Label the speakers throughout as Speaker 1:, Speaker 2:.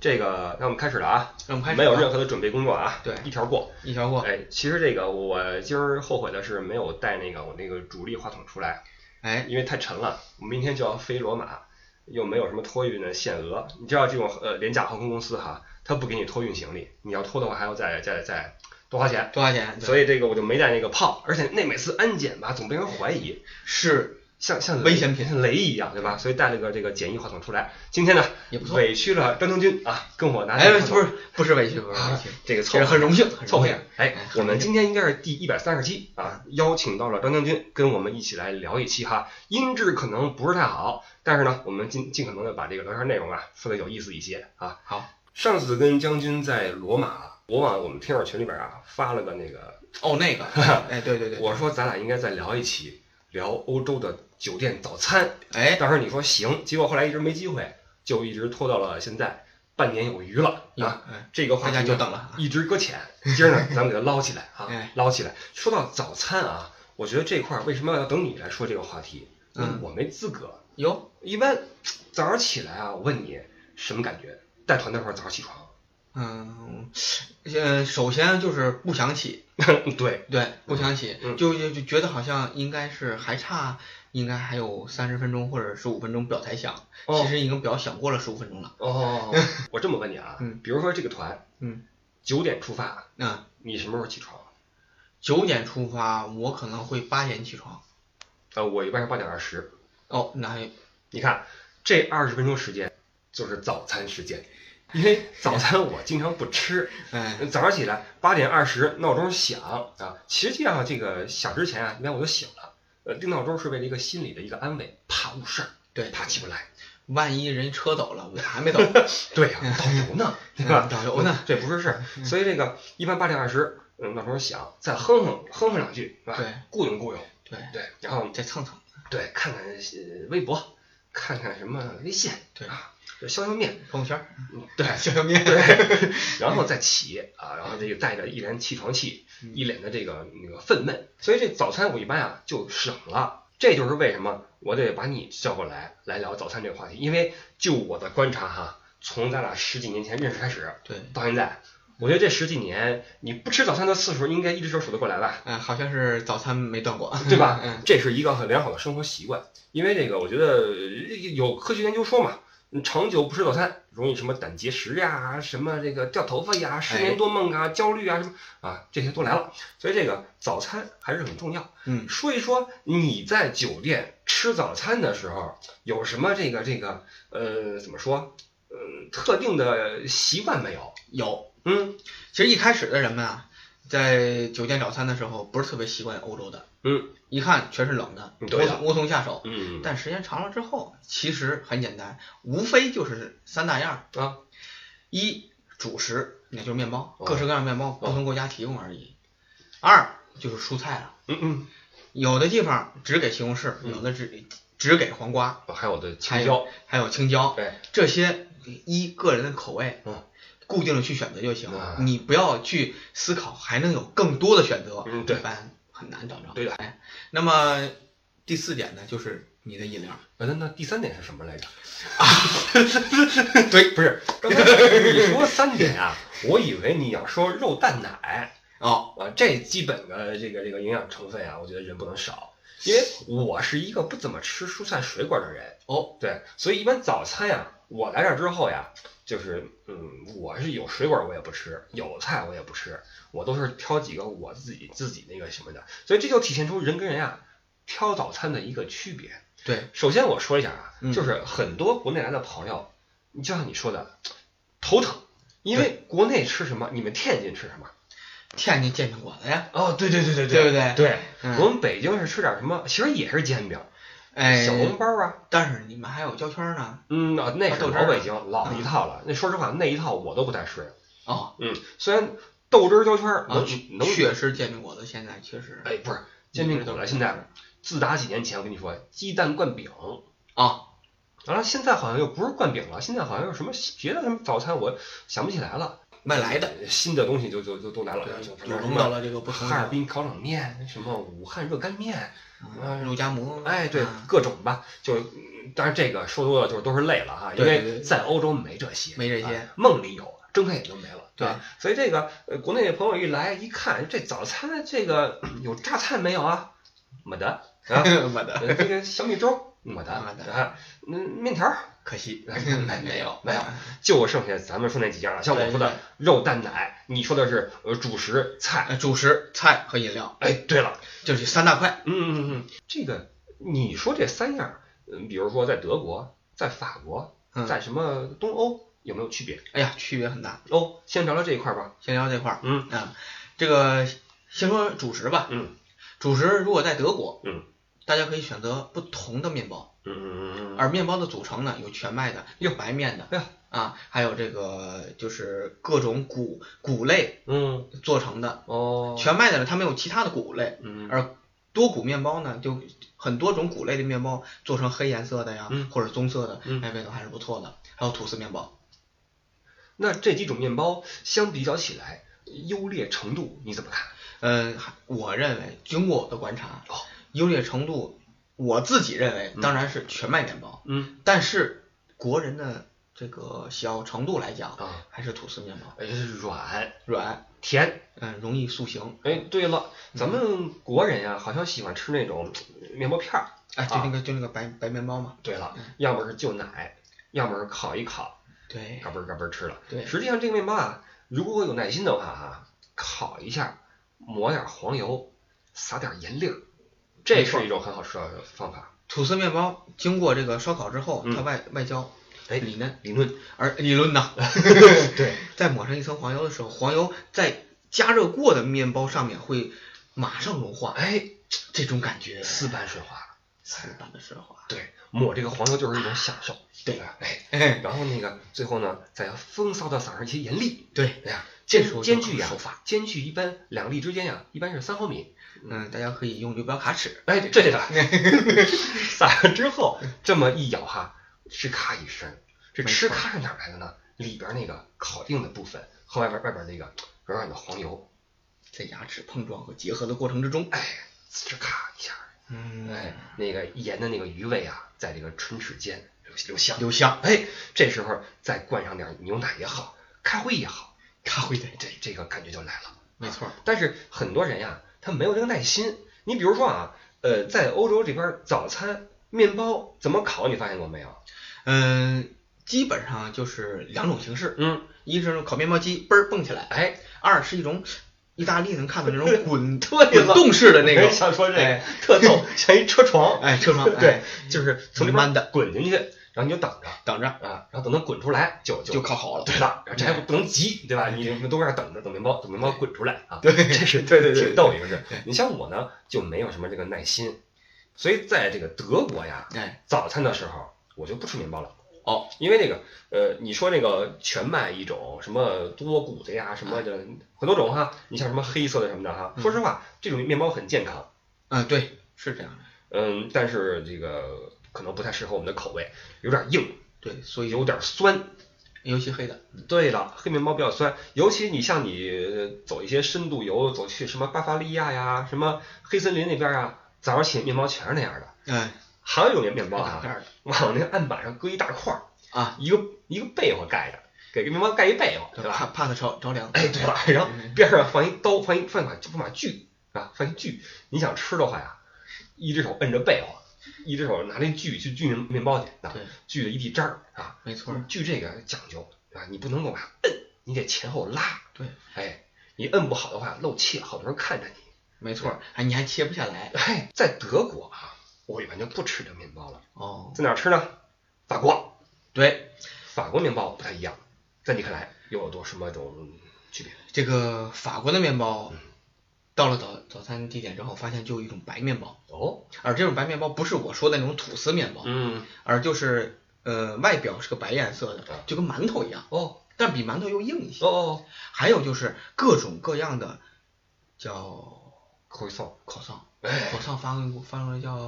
Speaker 1: 这个那我们开始了啊，
Speaker 2: 那我们开始
Speaker 1: 没有
Speaker 2: 吧
Speaker 1: 任何的准备工作啊，
Speaker 2: 对
Speaker 1: 一条过。
Speaker 2: 一条过。
Speaker 1: 哎，其实这个我今儿后悔的是没有带那个我那个主力话筒出来，
Speaker 2: 哎，
Speaker 1: 因为太沉了。我明天就要飞罗马，又没有什么托运的限额。你知道这种呃廉价航空公司哈，它不给你托运行李，你要拖的话还要再再再多花钱。
Speaker 2: 多少钱？
Speaker 1: 所
Speaker 2: 以
Speaker 1: 以这个我就没带那个炮，而且那每次安检吧，总被人怀疑，
Speaker 2: 是
Speaker 1: 像像雷
Speaker 2: 危险品
Speaker 1: 像雷一样，对吧？所以带了个这个简易话筒出来。今天呢，
Speaker 2: 也不错。
Speaker 1: 委屈了张成军啊，跟我拿这
Speaker 2: 哎，
Speaker 1: 个话筒
Speaker 2: 不是不是委屈，不是委屈，
Speaker 1: 啊这个凑
Speaker 2: 这
Speaker 1: 合
Speaker 2: 是很荣幸，很
Speaker 1: 凑
Speaker 2: 荣
Speaker 1: 合
Speaker 2: 幸
Speaker 1: 点。。哎，我们今天应该是第一百三十期啊，邀请到了张将军跟我们一起来聊一期哈，音质可能不是太好，但是呢，我们尽尽可能的把这个聊天内容啊说的有意思一些啊。
Speaker 2: 好，
Speaker 1: 上次跟将军在罗马，我往我们听友群里边啊发了个那个，
Speaker 2: 哦，那个，哎，对对对，
Speaker 1: 我说咱俩应该再聊一期聊欧洲的酒店早餐，
Speaker 2: 哎，
Speaker 1: 当时你说行，结果后来一直没机会，就一直拖到了现在，半年有余了啊。
Speaker 2: 哎，
Speaker 1: 这个话题
Speaker 2: 大家
Speaker 1: 呢
Speaker 2: 就等了啊。
Speaker 1: 一直搁浅。今儿呢，咱们给它捞起来啊
Speaker 2: 哎，
Speaker 1: 捞起来。说到早餐啊，我觉得这块儿为什么要等你来说这个话题？因为
Speaker 2: 嗯
Speaker 1: 我没资格。
Speaker 2: 哟，
Speaker 1: 一般早上起来啊，我问你什么感觉？带团那会儿早上起床，
Speaker 2: 嗯，呃，首先就是不想起，
Speaker 1: 对，
Speaker 2: 对，不想起，
Speaker 1: 嗯
Speaker 2: 就就就觉得好像应该是还差，应该还有三十分钟或者十五分钟表才响，
Speaker 1: 哦
Speaker 2: 其实已经表响过了十五分钟了。
Speaker 1: 哦， 我这么问你啊
Speaker 2: 嗯，
Speaker 1: 比如说这个团
Speaker 2: 嗯，
Speaker 1: 九点出发，
Speaker 2: 那
Speaker 1: 你什么时候起床？
Speaker 2: 九点出发，我可能会八点起床。
Speaker 1: 呃，我一般是八点二十。
Speaker 2: 哦，那还
Speaker 1: 你看这二十分钟时间就是早餐时间，因为早餐我经常不吃。
Speaker 2: 哎，
Speaker 1: 早上起来八点二十闹钟响啊，实际上这个响之前啊，一般我就醒了。呃，定闹钟是为了一个心理的一个安慰，怕误事儿，
Speaker 2: 对，
Speaker 1: 怕起不来。
Speaker 2: 万一人车走了，我还没走，
Speaker 1: 对呀、导游呢，对吧？
Speaker 2: 嗯导游呢？嗯
Speaker 1: 这不是事儿。所以这个一般八点二十，嗯，闹钟响，再哼哼哼哼两句，是吧？
Speaker 2: 对，
Speaker 1: 雇佣雇佣，
Speaker 2: 对，
Speaker 1: 对，然后
Speaker 2: 再蹭蹭，
Speaker 1: 对看看呃微博，看看什么微信，
Speaker 2: 对
Speaker 1: 啊，就消消面，
Speaker 2: 朋友 圈儿，
Speaker 1: 嗯对，
Speaker 2: 消消面，
Speaker 1: 对，然后再起啊，然后这个带着一脸起床气，
Speaker 2: 嗯
Speaker 1: 一脸的这个那个愤懑，所以这早餐我一般啊就省了，这就是为什么我得把你叫过来来聊早餐这个话题，因为就我的观察哈，从咱俩十几年前认识开始
Speaker 2: 对，
Speaker 1: 到现在，我觉得这十几年你不吃早餐的次数应该一只手数得过来吧。
Speaker 2: 嗯，好像是早餐没断过，
Speaker 1: 对吧
Speaker 2: 嗯，
Speaker 1: 这是一个很良好的生活习惯，因为这个我觉得呃有科学研究说嘛，嗯长久不吃早餐容易什么胆结石呀、什么这个掉头发呀、失
Speaker 2: 哎
Speaker 1: 眠多梦啊、焦虑啊什么啊这些都来了，所以这个早餐还是很重要。
Speaker 2: 嗯，
Speaker 1: 说一说你在酒店吃早餐的时候有什么这个这个呃怎么说呃特定的习惯没有？
Speaker 2: 有。
Speaker 1: 嗯
Speaker 2: 其实一开始的人们啊，在酒店早餐的时候，不是特别习惯欧洲的，
Speaker 1: 嗯，
Speaker 2: 一看全是冷的，
Speaker 1: 嗯对的
Speaker 2: 无无从下手。
Speaker 1: 嗯
Speaker 2: 但时间长了之后，其实很简单，无非就是三大样儿：
Speaker 1: 啊
Speaker 2: 一主食，那就是面包，
Speaker 1: 哦
Speaker 2: 各式各样的面包，不同国家提供而已；二就是蔬菜了，
Speaker 1: 嗯嗯
Speaker 2: 有的地方只给西红柿，
Speaker 1: 嗯
Speaker 2: 有的只只给黄瓜，
Speaker 1: 哦，还有我的
Speaker 2: 还
Speaker 1: 青椒
Speaker 2: 有，还有青椒，
Speaker 1: 对，
Speaker 2: 这些依个人的口味，
Speaker 1: 嗯，
Speaker 2: 固定的去选择就行
Speaker 1: 啊，
Speaker 2: 你不要去思考还能有更多的选择，
Speaker 1: 嗯对
Speaker 2: 一般很难找着。
Speaker 1: 对的
Speaker 2: 哎，那么第四点呢，就是你的饮料，
Speaker 1: 呃那那第三点是什么 来着？
Speaker 2: 对，
Speaker 1: 不是，刚才你说三点啊， 我以为你要说肉蛋奶
Speaker 2: 哦，
Speaker 1: 啊，这基本的这个这个营养成分啊，我觉得人不能少，因为我是一个不怎么吃蔬菜水果的人
Speaker 2: 哦，
Speaker 1: 对，所以一般早餐呀，我来这儿之后呀，就是嗯，我是有水果我也不吃，有菜我也不吃，我都是挑几个我自己自己那个什么的，所以这就体现出人跟人啊挑早餐的一个区别。
Speaker 2: 对，
Speaker 1: 首先我说一下啊，
Speaker 2: 嗯
Speaker 1: 就是很多国内来的朋友，你就像你说的，头疼，因为国内吃什么，你们天津吃什么？
Speaker 2: 天津煎饼果子呀，
Speaker 1: 哦，对对对对
Speaker 2: 对不
Speaker 1: 对
Speaker 2: 对？
Speaker 1: 对，我
Speaker 2: 嗯，
Speaker 1: 们北京是吃点什么，其实也是煎饼、
Speaker 2: 哎
Speaker 1: 小，笼包啊，
Speaker 2: 但是你们还有胶圈呢，
Speaker 1: 嗯啊，那是
Speaker 2: 豆汁
Speaker 1: 老
Speaker 2: 儿嗯
Speaker 1: 北京老一套了。那说实话，那一套我都不太顺。
Speaker 2: 哦，
Speaker 1: 嗯，虽然豆汁儿胶圈儿
Speaker 2: 啊
Speaker 1: 能，能，
Speaker 2: 确实煎饼果子现在确实，
Speaker 1: 哎，不是煎饼果子，现在自打几年前我跟你说鸡蛋灌饼，
Speaker 2: 啊，
Speaker 1: 完了，现在好像又不是灌饼了，现在好像有什么别的什么早餐，我想不起来了。
Speaker 2: 外来的，
Speaker 1: 新的东西就就就都来了，
Speaker 2: 对
Speaker 1: 什么
Speaker 2: 融到了这个不同的
Speaker 1: 哈尔滨烤冷面，什么武汉热干面，
Speaker 2: 啊，肉夹馍，
Speaker 1: 哎，对
Speaker 2: 啊，
Speaker 1: 各种吧，就是，嗯当然这个说多了就是都是累了哈，因
Speaker 2: 对对
Speaker 1: 为
Speaker 2: 对
Speaker 1: 在欧洲没这些，
Speaker 2: 没这些
Speaker 1: 啊梦里有，睁开眼就没了，
Speaker 2: 对
Speaker 1: 吧？所以这个呃，国内的朋友一来一看，这早餐这个有榨菜没有啊？没得啊，
Speaker 2: 我 的，
Speaker 1: 呃这个小米粥没 得
Speaker 2: 没得
Speaker 1: 啊，嗯，面条儿
Speaker 2: 可惜
Speaker 1: 没没有没有
Speaker 2: 啊，
Speaker 1: 就剩下咱们说那几样了，像我说的
Speaker 2: 对
Speaker 1: 肉蛋奶，你说的是呃主食菜，
Speaker 2: 呃主食、菜和饮料，
Speaker 1: 哎，对了。
Speaker 2: 就是三大块。
Speaker 1: 嗯嗯嗯，这个你说这三样儿，嗯，比如说在德国、在法国、
Speaker 2: 嗯
Speaker 1: 在什么东欧有没有区别？
Speaker 2: 哎呀，区别很大。
Speaker 1: 哦，先聊聊这一块儿吧。
Speaker 2: 先聊这块儿，
Speaker 1: 嗯
Speaker 2: 啊，这个先说主食吧。
Speaker 1: 嗯
Speaker 2: 主食如果在德国，
Speaker 1: 嗯，
Speaker 2: 大家可以选择不同的面包，
Speaker 1: 嗯嗯嗯嗯，
Speaker 2: 而面包的组成呢，有全麦的，有白面的，
Speaker 1: 哎呀
Speaker 2: 啊，还有这个就是各种谷谷类
Speaker 1: 嗯
Speaker 2: 做成的。
Speaker 1: 哦，
Speaker 2: 全麦的呢，它没有其他的谷类，
Speaker 1: 嗯
Speaker 2: 而多谷面包呢，就很多种谷类的面包做成黑颜色的呀，
Speaker 1: 嗯
Speaker 2: 或者棕色的，
Speaker 1: 嗯
Speaker 2: 哎，味道还是不错的。还有吐司面包，
Speaker 1: 那这几种面包相比较起来，优劣程度你怎么看？
Speaker 2: 嗯，还我认为经过我的观察，
Speaker 1: 哦
Speaker 2: 优劣程度，我自己认为当然是全麦面包，
Speaker 1: 嗯
Speaker 2: 但是国人的这个喜好程度来讲，
Speaker 1: 啊，
Speaker 2: 还是吐司面包
Speaker 1: 哎，软
Speaker 2: 软，
Speaker 1: 甜。
Speaker 2: 嗯，容易塑形，
Speaker 1: 哎，对了，咱们国人呀、好像喜欢吃那种呃面包片儿。
Speaker 2: 哎，就
Speaker 1: 啊
Speaker 2: 那个就那个白白面包嘛，
Speaker 1: 对了，要么是就奶，要么是烤一烤，
Speaker 2: 对
Speaker 1: 嘎嘣儿嘎嘣儿吃了。
Speaker 2: 对，
Speaker 1: 实际上这个面包啊，如果有耐心的话哈、烤一下，抹点黄油，撒点盐粒儿，这
Speaker 2: 没错
Speaker 1: 是一种很好吃的方法。
Speaker 2: 吐司面包经过这个烧烤之后，
Speaker 1: 嗯
Speaker 2: 它外外焦
Speaker 1: 哎
Speaker 2: 里嫩，
Speaker 1: 理论
Speaker 2: 而理 论呢，
Speaker 1: 对，
Speaker 2: 在抹上一层黄油的时候，黄油在加热过的面包上面会马上融化，
Speaker 1: 哎，
Speaker 2: 这种感觉
Speaker 1: 丝般顺滑。
Speaker 2: 丝般的奢华。
Speaker 1: 对，抹这个黄油就是一种享受。
Speaker 2: 对
Speaker 1: 吧？哎，
Speaker 2: 哎，
Speaker 1: 然后那个最后呢，再风骚的撒上一些盐粒。
Speaker 2: 对，
Speaker 1: 哎呀，
Speaker 2: 这
Speaker 1: 间
Speaker 2: 时候就
Speaker 1: 间
Speaker 2: 很
Speaker 1: 距呀
Speaker 2: 手法，
Speaker 1: 间距一般两粒之间呀，一般是三毫米。
Speaker 2: 嗯，大家可以用游标卡尺，
Speaker 1: 哎，这个 撒了之后，这么一咬哈，吃咔一声，这吃咔是哪儿来的呢？里边那个烤硬的部分和外边外边那个软软的黄油，
Speaker 2: 在牙齿碰撞和结合的过程之中，
Speaker 1: 哎，吃咔一下，
Speaker 2: 嗯，
Speaker 1: 哎，那个盐的那个余味啊，在这个唇齿间留留香。
Speaker 2: 留香，
Speaker 1: 哎，这时候再灌上点牛奶也好，咖啡也好，
Speaker 2: 咖啡的，
Speaker 1: 这这个感觉就来了。
Speaker 2: 没错，
Speaker 1: 但是很多人呀，他没有这个耐心。你比如说啊，呃，在欧洲这边早餐面包怎么烤，你发现过没有？
Speaker 2: 嗯。基本上就是两种形式，
Speaker 1: 嗯，
Speaker 2: 一是烤面包机嘣儿蹦起来，
Speaker 1: 哎，
Speaker 2: 二是一种意大利能看到 那种滚
Speaker 1: 对
Speaker 2: 滚
Speaker 1: 了，
Speaker 2: 动式的那
Speaker 1: 我也
Speaker 2: 个，
Speaker 1: 想说这个
Speaker 2: 哎
Speaker 1: 特逗，像一车床，
Speaker 2: 哎，车窗，哎
Speaker 1: 对，就是从里
Speaker 2: 慢慢
Speaker 1: 边
Speaker 2: 地
Speaker 1: 滚进去，然后你就等着
Speaker 2: 等着
Speaker 1: 啊，然后等它滚出来就
Speaker 2: 就烤好了，
Speaker 1: 对了，这还不能急，对吧？你们都在那儿等着，等面包，等面包滚出来啊！
Speaker 2: 对
Speaker 1: 这是对
Speaker 2: 对对
Speaker 1: 挺逗一个事
Speaker 2: 对。
Speaker 1: 你像我呢，就没有什么这个耐心，所以在这个德国呀，
Speaker 2: 哎，
Speaker 1: 早餐的时候我就不吃面包了。
Speaker 2: 哦，
Speaker 1: 因为那个，呃，你说那个全麦一种什么多谷的呀，什么的很多种哈。你像什么黑色的什么的哈，
Speaker 2: 嗯
Speaker 1: 说实话，这种面包很健康，
Speaker 2: 嗯，对，是这样的，
Speaker 1: 嗯，但是这个可能不太适合我们的口味，有点硬，
Speaker 2: 对，所以
Speaker 1: 有点酸。
Speaker 2: 尤其黑的，
Speaker 1: 对了，黑面包比较酸，尤其你像你呃走一些深度游，走去什么巴伐利亚呀，什么黑森林那边啊，早上起面包全是那样的。
Speaker 2: 哎，
Speaker 1: 还有一种面包
Speaker 2: 打
Speaker 1: 啊，
Speaker 2: 片儿的
Speaker 1: 往那案板上搁一大块儿，
Speaker 2: 啊，
Speaker 1: 一个一个被窝盖着，给个面包盖一被窝，
Speaker 2: 对
Speaker 1: 对吧？
Speaker 2: 怕怕它着着凉。
Speaker 1: 哎，对了，然后
Speaker 2: 嗯
Speaker 1: 边上放一刀，放一放一把就放把锯啊，放一锯。你想吃的话呀，一只手摁着被窝，一只手拿那锯去锯面面包去，啊
Speaker 2: 对，
Speaker 1: 锯的一地渣儿啊。
Speaker 2: 没错儿，
Speaker 1: 锯这个讲究啊，你不能够把摁，你得前后拉。
Speaker 2: 对，
Speaker 1: 哎，你摁不好的话漏气，好多人看着你。
Speaker 2: 没错儿，哎，你还切不下来
Speaker 1: 哎，在德国啊，我一般就不吃这面包了，
Speaker 2: 哦。
Speaker 1: 在哪儿吃呢？法国，
Speaker 2: 对，
Speaker 1: 法国面包不太一样，在你看来又有多什么种区别？
Speaker 2: 这个法国的面包，
Speaker 1: 嗯
Speaker 2: 到了早早餐地点之后，发现就有一种白面包，
Speaker 1: 哦，
Speaker 2: 而这种白面包不是我说的那种吐司面包，
Speaker 1: 嗯，
Speaker 2: 而就是呃外表是个白颜色的
Speaker 1: 啊，
Speaker 2: 就跟馒头一样，
Speaker 1: 哦，
Speaker 2: 但比馒头又硬一些。
Speaker 1: 哦哦，
Speaker 2: 还有就是各种各样的叫
Speaker 1: 可以送。
Speaker 2: 烤丧，
Speaker 1: 哎，
Speaker 2: 我上发给我翻过来叫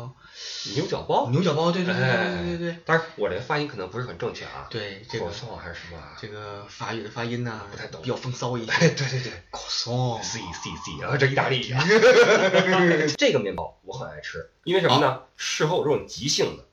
Speaker 1: 牛角包。
Speaker 2: 牛角包，对对对
Speaker 1: 哎
Speaker 2: 对对对
Speaker 1: 当然，我这个发音可能不是很正确啊。
Speaker 2: 对，对这
Speaker 1: 口
Speaker 2: 个
Speaker 1: 哨还是什么啊？
Speaker 2: 这个法语的发音呢
Speaker 1: 不太，懂
Speaker 2: 比较风骚一
Speaker 1: 哎，
Speaker 2: 些。
Speaker 1: 对对对
Speaker 2: croissant，
Speaker 1: ，C C C，啊，这意大利啊。
Speaker 2: 哦
Speaker 1: 这个面包我很爱吃，因为什么
Speaker 2: 啊
Speaker 1: 呢？事后有这种急性的。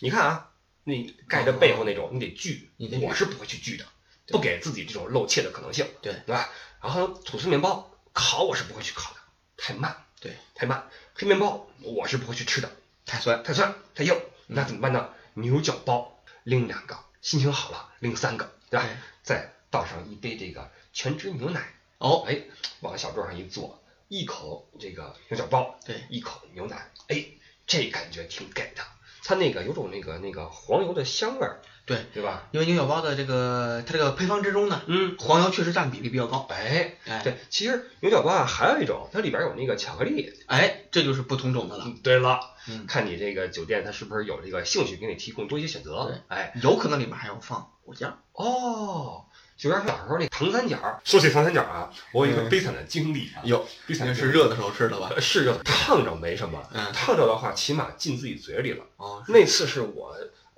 Speaker 1: 你看啊，你盖着背后那种，你得锯
Speaker 2: 哦你得，锯
Speaker 1: 我是不会去锯的，
Speaker 2: 对
Speaker 1: 不给自己这种露怯的可能性，
Speaker 2: 对
Speaker 1: 对吧？然后吐司面包烤我是不会去烤的，太慢，
Speaker 2: 对，
Speaker 1: 太慢。黑面包我是不会去吃的，
Speaker 2: 太酸，
Speaker 1: 太酸太硬，
Speaker 2: 嗯
Speaker 1: 那怎么办呢？牛角包拎两个，心情好了拎三个，对吧？
Speaker 2: 对
Speaker 1: 再倒上一杯这个全脂牛奶，
Speaker 2: 哦，
Speaker 1: 哎，往小桌上一坐，一口这个牛角包，
Speaker 2: 对，
Speaker 1: 一口牛奶，哎，这感觉挺给的。它那个有种那个那个黄油的香味儿，
Speaker 2: 对，
Speaker 1: 对吧？
Speaker 2: 因为牛角包的这个它这个配方之中呢，
Speaker 1: 嗯，
Speaker 2: 黄油确实占比例比较高。
Speaker 1: 哎，
Speaker 2: 哎，
Speaker 1: 对，其实牛角包啊，还有一种，它里边有那个巧克力。
Speaker 2: 哎，这就是不同种的了。
Speaker 1: 嗯，对了，
Speaker 2: 嗯，
Speaker 1: 看你这个酒店它是不是有这个兴趣给你提供多一些选择
Speaker 2: 对？
Speaker 1: 哎，
Speaker 2: 有可能里面还有放果酱。
Speaker 1: 哦，就像小时候那糖三角，说起糖三角啊，我有一个悲惨的经历啊，
Speaker 2: 有，
Speaker 1: 悲惨的
Speaker 2: 那是热的时候吃的吧？
Speaker 1: 呃是热的，烫着没什么，
Speaker 2: 嗯，
Speaker 1: 烫着的话起码进自己嘴里了。
Speaker 2: 哦，
Speaker 1: 那次是我，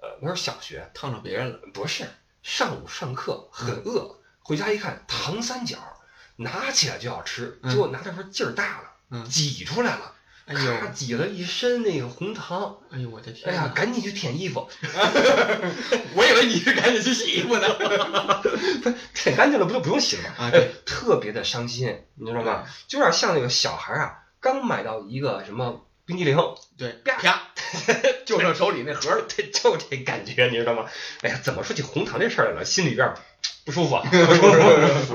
Speaker 1: 呃，那时候小学，
Speaker 2: 烫着别人了。
Speaker 1: 不是上午上课很饿，回家一看糖三角，拿起来就要吃，
Speaker 2: 嗯
Speaker 1: 结果拿的时候劲儿大了，
Speaker 2: 嗯
Speaker 1: 挤出来了，
Speaker 2: 哎 呦，
Speaker 1: 咔挤了一身那个红糖，
Speaker 2: 哎呦，我的
Speaker 1: 哎
Speaker 2: 天
Speaker 1: 呀，
Speaker 2: 呐！
Speaker 1: 赶紧去舔衣服，
Speaker 2: 我以为你是赶紧去洗衣服呢。
Speaker 1: 舔干净了不就不用洗了吗？哎
Speaker 2: 啊，对，
Speaker 1: 特别的伤心，你知道吗？就有点像那个小孩啊，刚买到一个什么冰激凌，
Speaker 2: 对，啪， 就剩手里那盒了。
Speaker 1: 这就这感觉，你知道吗？哎呀，怎么说起红糖这事儿来了，心里边儿不舒服啊， 不舒服，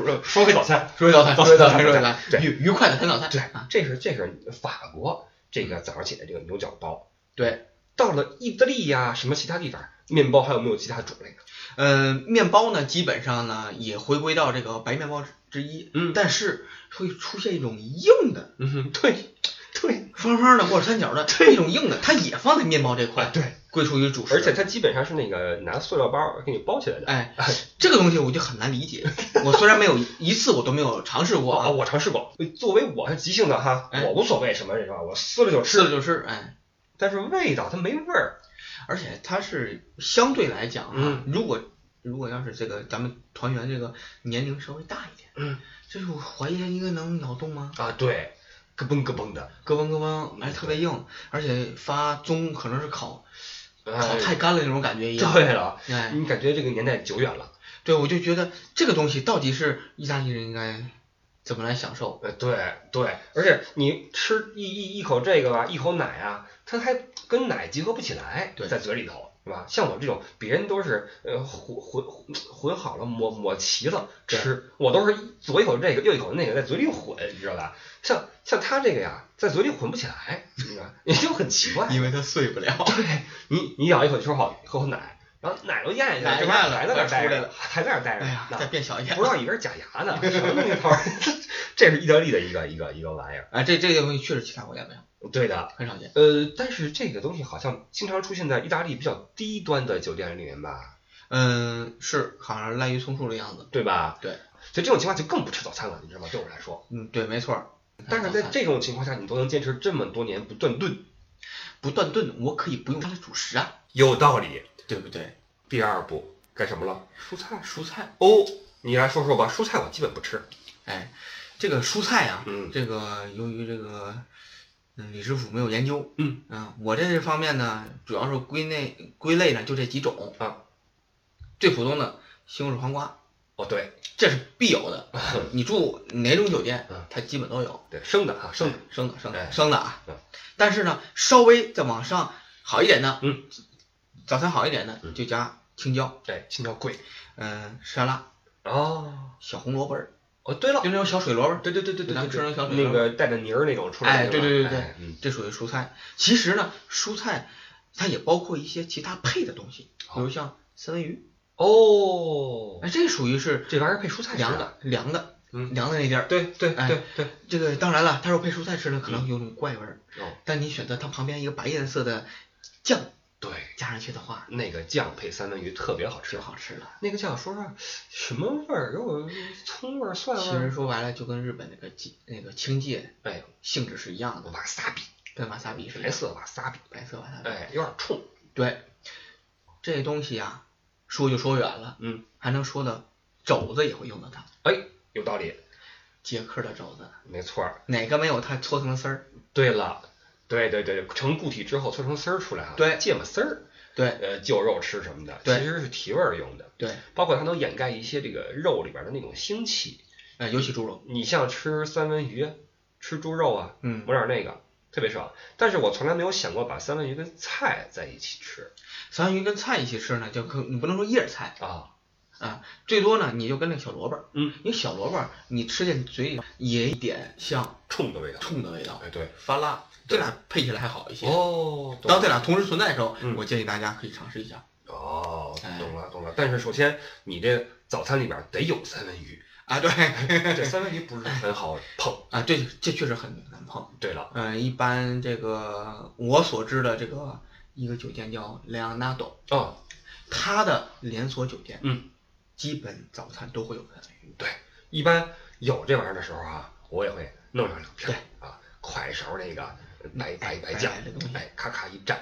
Speaker 1: 不舒服。说回早餐，
Speaker 2: 说回早餐，
Speaker 1: 早
Speaker 2: 说
Speaker 1: 餐
Speaker 2: 回早餐，说回早
Speaker 1: 对
Speaker 2: 餐，愉愉快的谈早餐。
Speaker 1: 对
Speaker 2: 啊，
Speaker 1: 这是这是法国这个早上起来这个牛角包，
Speaker 2: 对，
Speaker 1: 到了意大利呀、什么其他地方，面包还有没有其他种类呢？
Speaker 2: 呃，面包呢，基本上呢也回归到这个白面包之之一，
Speaker 1: 嗯
Speaker 2: 但是会出现一种硬的
Speaker 1: 嗯哼，对，对，
Speaker 2: 方方的或者三角的，这种硬的，它也放在面包这块，
Speaker 1: 对，
Speaker 2: 归属于主食。
Speaker 1: 而且它基本上是那个拿塑料包给你包起来的。
Speaker 2: 哎，这个东西我就很难理 解。我虽然没有一次我都没有尝试过
Speaker 1: 我
Speaker 2: 啊，
Speaker 1: 我尝试过，作为我是急性的哈，
Speaker 2: 哎
Speaker 1: 我无所谓什么这个，我撕了就
Speaker 2: 吃了
Speaker 1: 吃，
Speaker 2: 就吃，哎，
Speaker 1: 但是味道它没味儿。
Speaker 2: 而且它是相对来讲啊
Speaker 1: 嗯，
Speaker 2: 如果如果要是这个咱们团员这个年龄稍微大一点，
Speaker 1: 嗯，
Speaker 2: 就是我怀疑他应该能咬动吗？
Speaker 1: 啊，对，咯嘣咯嘣的，
Speaker 2: 咯嘣咯嘣，哎，特别硬，而且发棕可能是烤烤
Speaker 1: 哎
Speaker 2: 太干了那种感觉一样。
Speaker 1: 对了，
Speaker 2: 哎，
Speaker 1: 你感觉这个年代久远了。
Speaker 2: 对，我就觉得这个东西到底是意大利人应该怎么来享受？
Speaker 1: 呃，对对，而且你吃一一一口这个吧，一口奶啊，它还跟奶结合不起来，
Speaker 2: 对
Speaker 1: 在嘴里头是吧？像我这种，别人都是呃混混混好了，抹抹齐了
Speaker 2: 对
Speaker 1: 吃，我都是一左一口这个，右一口那个，在嘴里混，你知道吧？像像他这个呀，在嘴里混不起来，你知道吧，你就很奇怪。
Speaker 2: 因为它碎不了。
Speaker 1: 对你你咬一口就说好，喝口奶，然后奶都咽下去，
Speaker 2: 奶
Speaker 1: 这玩意儿
Speaker 2: 咽了
Speaker 1: 还在那儿
Speaker 2: 快
Speaker 1: 待
Speaker 2: 出来
Speaker 1: 着
Speaker 2: 了，
Speaker 1: 还在那儿待着
Speaker 2: 哎呀，
Speaker 1: 呢，
Speaker 2: 再变小一点
Speaker 1: 不。知道以为是假牙呢， 什么那头儿，这是意大利的一个一个一个玩意儿。
Speaker 2: 啊，这这个东西确实其他国家没有，
Speaker 1: 对的，
Speaker 2: 很少见。
Speaker 1: 呃，但是这个东西好像经常出现在意大利比较低端的酒店里面吧，
Speaker 2: 嗯，是好像滥竽充数的样子。
Speaker 1: 对吧？
Speaker 2: 对，
Speaker 1: 所以这种情况就更不吃早餐了，你知道吗？对我来说，
Speaker 2: 嗯，对，没错儿。
Speaker 1: 但是在这种情况下，你都能坚持这么多年不断顿，
Speaker 2: 不断炖，我可以不用它的主食啊，
Speaker 1: 有道理。
Speaker 2: 对不对？
Speaker 1: 第二步该什么了？蔬菜
Speaker 2: 蔬菜，
Speaker 1: 哦，你来说说吧，蔬菜我基本不吃。
Speaker 2: 哎，这个蔬菜啊，
Speaker 1: 嗯
Speaker 2: 这个由于这个，嗯，李师傅没有研究，
Speaker 1: 嗯
Speaker 2: 我这方面呢，主要是归类归类呢就这几种
Speaker 1: 啊，
Speaker 2: 最普通的西红柿黄瓜，
Speaker 1: 哦，对
Speaker 2: 这是必有 的，你住哪种酒店
Speaker 1: 嗯，
Speaker 2: 它基本都有。
Speaker 1: 对，生的哈，生的。
Speaker 2: 生的生
Speaker 1: 哎
Speaker 2: 的生的啊
Speaker 1: 嗯！
Speaker 2: 但是呢，稍微再往上好一点的，
Speaker 1: 嗯，
Speaker 2: 早餐好一点的
Speaker 1: 嗯
Speaker 2: 就加青椒，
Speaker 1: 对，青椒贵。
Speaker 2: 嗯，沙拉，
Speaker 1: 哦
Speaker 2: 小红萝卜儿，
Speaker 1: 哦，对了
Speaker 2: 就，那种小水萝卜儿，
Speaker 1: 对对对对对，
Speaker 2: 咱们吃
Speaker 1: 对
Speaker 2: 那小
Speaker 1: 那个带着泥儿那种出来
Speaker 2: 哎
Speaker 1: 的是
Speaker 2: 对
Speaker 1: 吧。
Speaker 2: 对对对
Speaker 1: 哎嗯，
Speaker 2: 这属于蔬菜。其实呢，蔬菜它也包括一些其他配的东西，比如像三文鱼，
Speaker 1: 哦，
Speaker 2: 哎，这属于是
Speaker 1: 这玩意儿配蔬菜吃
Speaker 2: 凉
Speaker 1: 的。
Speaker 2: 的凉的
Speaker 1: 嗯，
Speaker 2: 凉的那地儿。
Speaker 1: 对对
Speaker 2: 哎
Speaker 1: 对对。嗯
Speaker 2: 这个当然了，它说配蔬菜吃呢，可能有种怪味儿，
Speaker 1: 哦，
Speaker 2: 但你选择它旁边一个白颜色的酱
Speaker 1: 对，
Speaker 2: 加上去的话，
Speaker 1: 那个酱配三文鱼特别好吃
Speaker 2: 就。好吃了。
Speaker 1: 那个酱说实话，什么味儿？有股葱味儿、蒜味
Speaker 2: 其实
Speaker 1: 儿。
Speaker 2: 说白了，就跟日本那个鸡那个清芥
Speaker 1: 哎，
Speaker 2: 性质是一样的。
Speaker 1: 瓦萨比。
Speaker 2: 跟瓦萨比是一
Speaker 1: 白
Speaker 2: 样
Speaker 1: 色瓦萨比，
Speaker 2: 白色瓦萨比。
Speaker 1: 哎，有点冲，
Speaker 2: 对，这东西啊，说就说远了，
Speaker 1: 嗯，
Speaker 2: 还能说到肘子也会用到它。
Speaker 1: 哎，有道理，
Speaker 2: 捷克的肘子，
Speaker 1: 没错儿。
Speaker 2: 哪个没有它搓成的丝儿？
Speaker 1: 对了，对对对，成固体之后搓成丝儿出来啊，
Speaker 2: 对
Speaker 1: 芥末丝儿，
Speaker 2: 对
Speaker 1: 呃，就肉吃什么的，其
Speaker 2: 对
Speaker 1: 实是提味儿用的，
Speaker 2: 对，
Speaker 1: 包括它能掩盖一些这个肉里边的那种腥气。
Speaker 2: 呃，尤其猪肉，
Speaker 1: 你像吃三文鱼、吃猪肉啊，
Speaker 2: 嗯
Speaker 1: 抹，点那个特别爽。但是我从来没有想过把三文鱼跟菜在一起吃
Speaker 2: 三文鱼跟菜一起吃呢，就可你不能说叶儿菜
Speaker 1: 啊，
Speaker 2: 啊，最多呢你就跟那个小萝卜儿，
Speaker 1: 嗯，
Speaker 2: 因为小萝卜儿你吃进嘴里也一点像
Speaker 1: 冲的味道。
Speaker 2: 冲的味道，
Speaker 1: 哎，对，
Speaker 2: 发辣，这俩配起来还好一些。
Speaker 1: 哦，懂
Speaker 2: 当这俩同时存在的时候
Speaker 1: 嗯，
Speaker 2: 我建议大家可以尝试一下。
Speaker 1: 哦，
Speaker 2: 哎
Speaker 1: 懂了懂了。但是首先，你这早餐里边得有三文鱼，
Speaker 2: 啊，对，
Speaker 1: 这 三文鱼不是很好碰。
Speaker 2: 啊，这这确实很难碰。
Speaker 1: 对了，
Speaker 2: 嗯、一般这个我所知的这个一个酒店叫莱昂纳多，
Speaker 1: 哦，
Speaker 2: 它的连锁酒店，
Speaker 1: 嗯，
Speaker 2: 基本早餐都会有三文鱼。
Speaker 1: 对，一般有这玩意儿的时候啊，我也会弄上两片儿
Speaker 2: 对
Speaker 1: 啊，㧟一勺那个白白白
Speaker 2: 哎
Speaker 1: 酱
Speaker 2: 这东，西
Speaker 1: 哎，咔咔一蘸，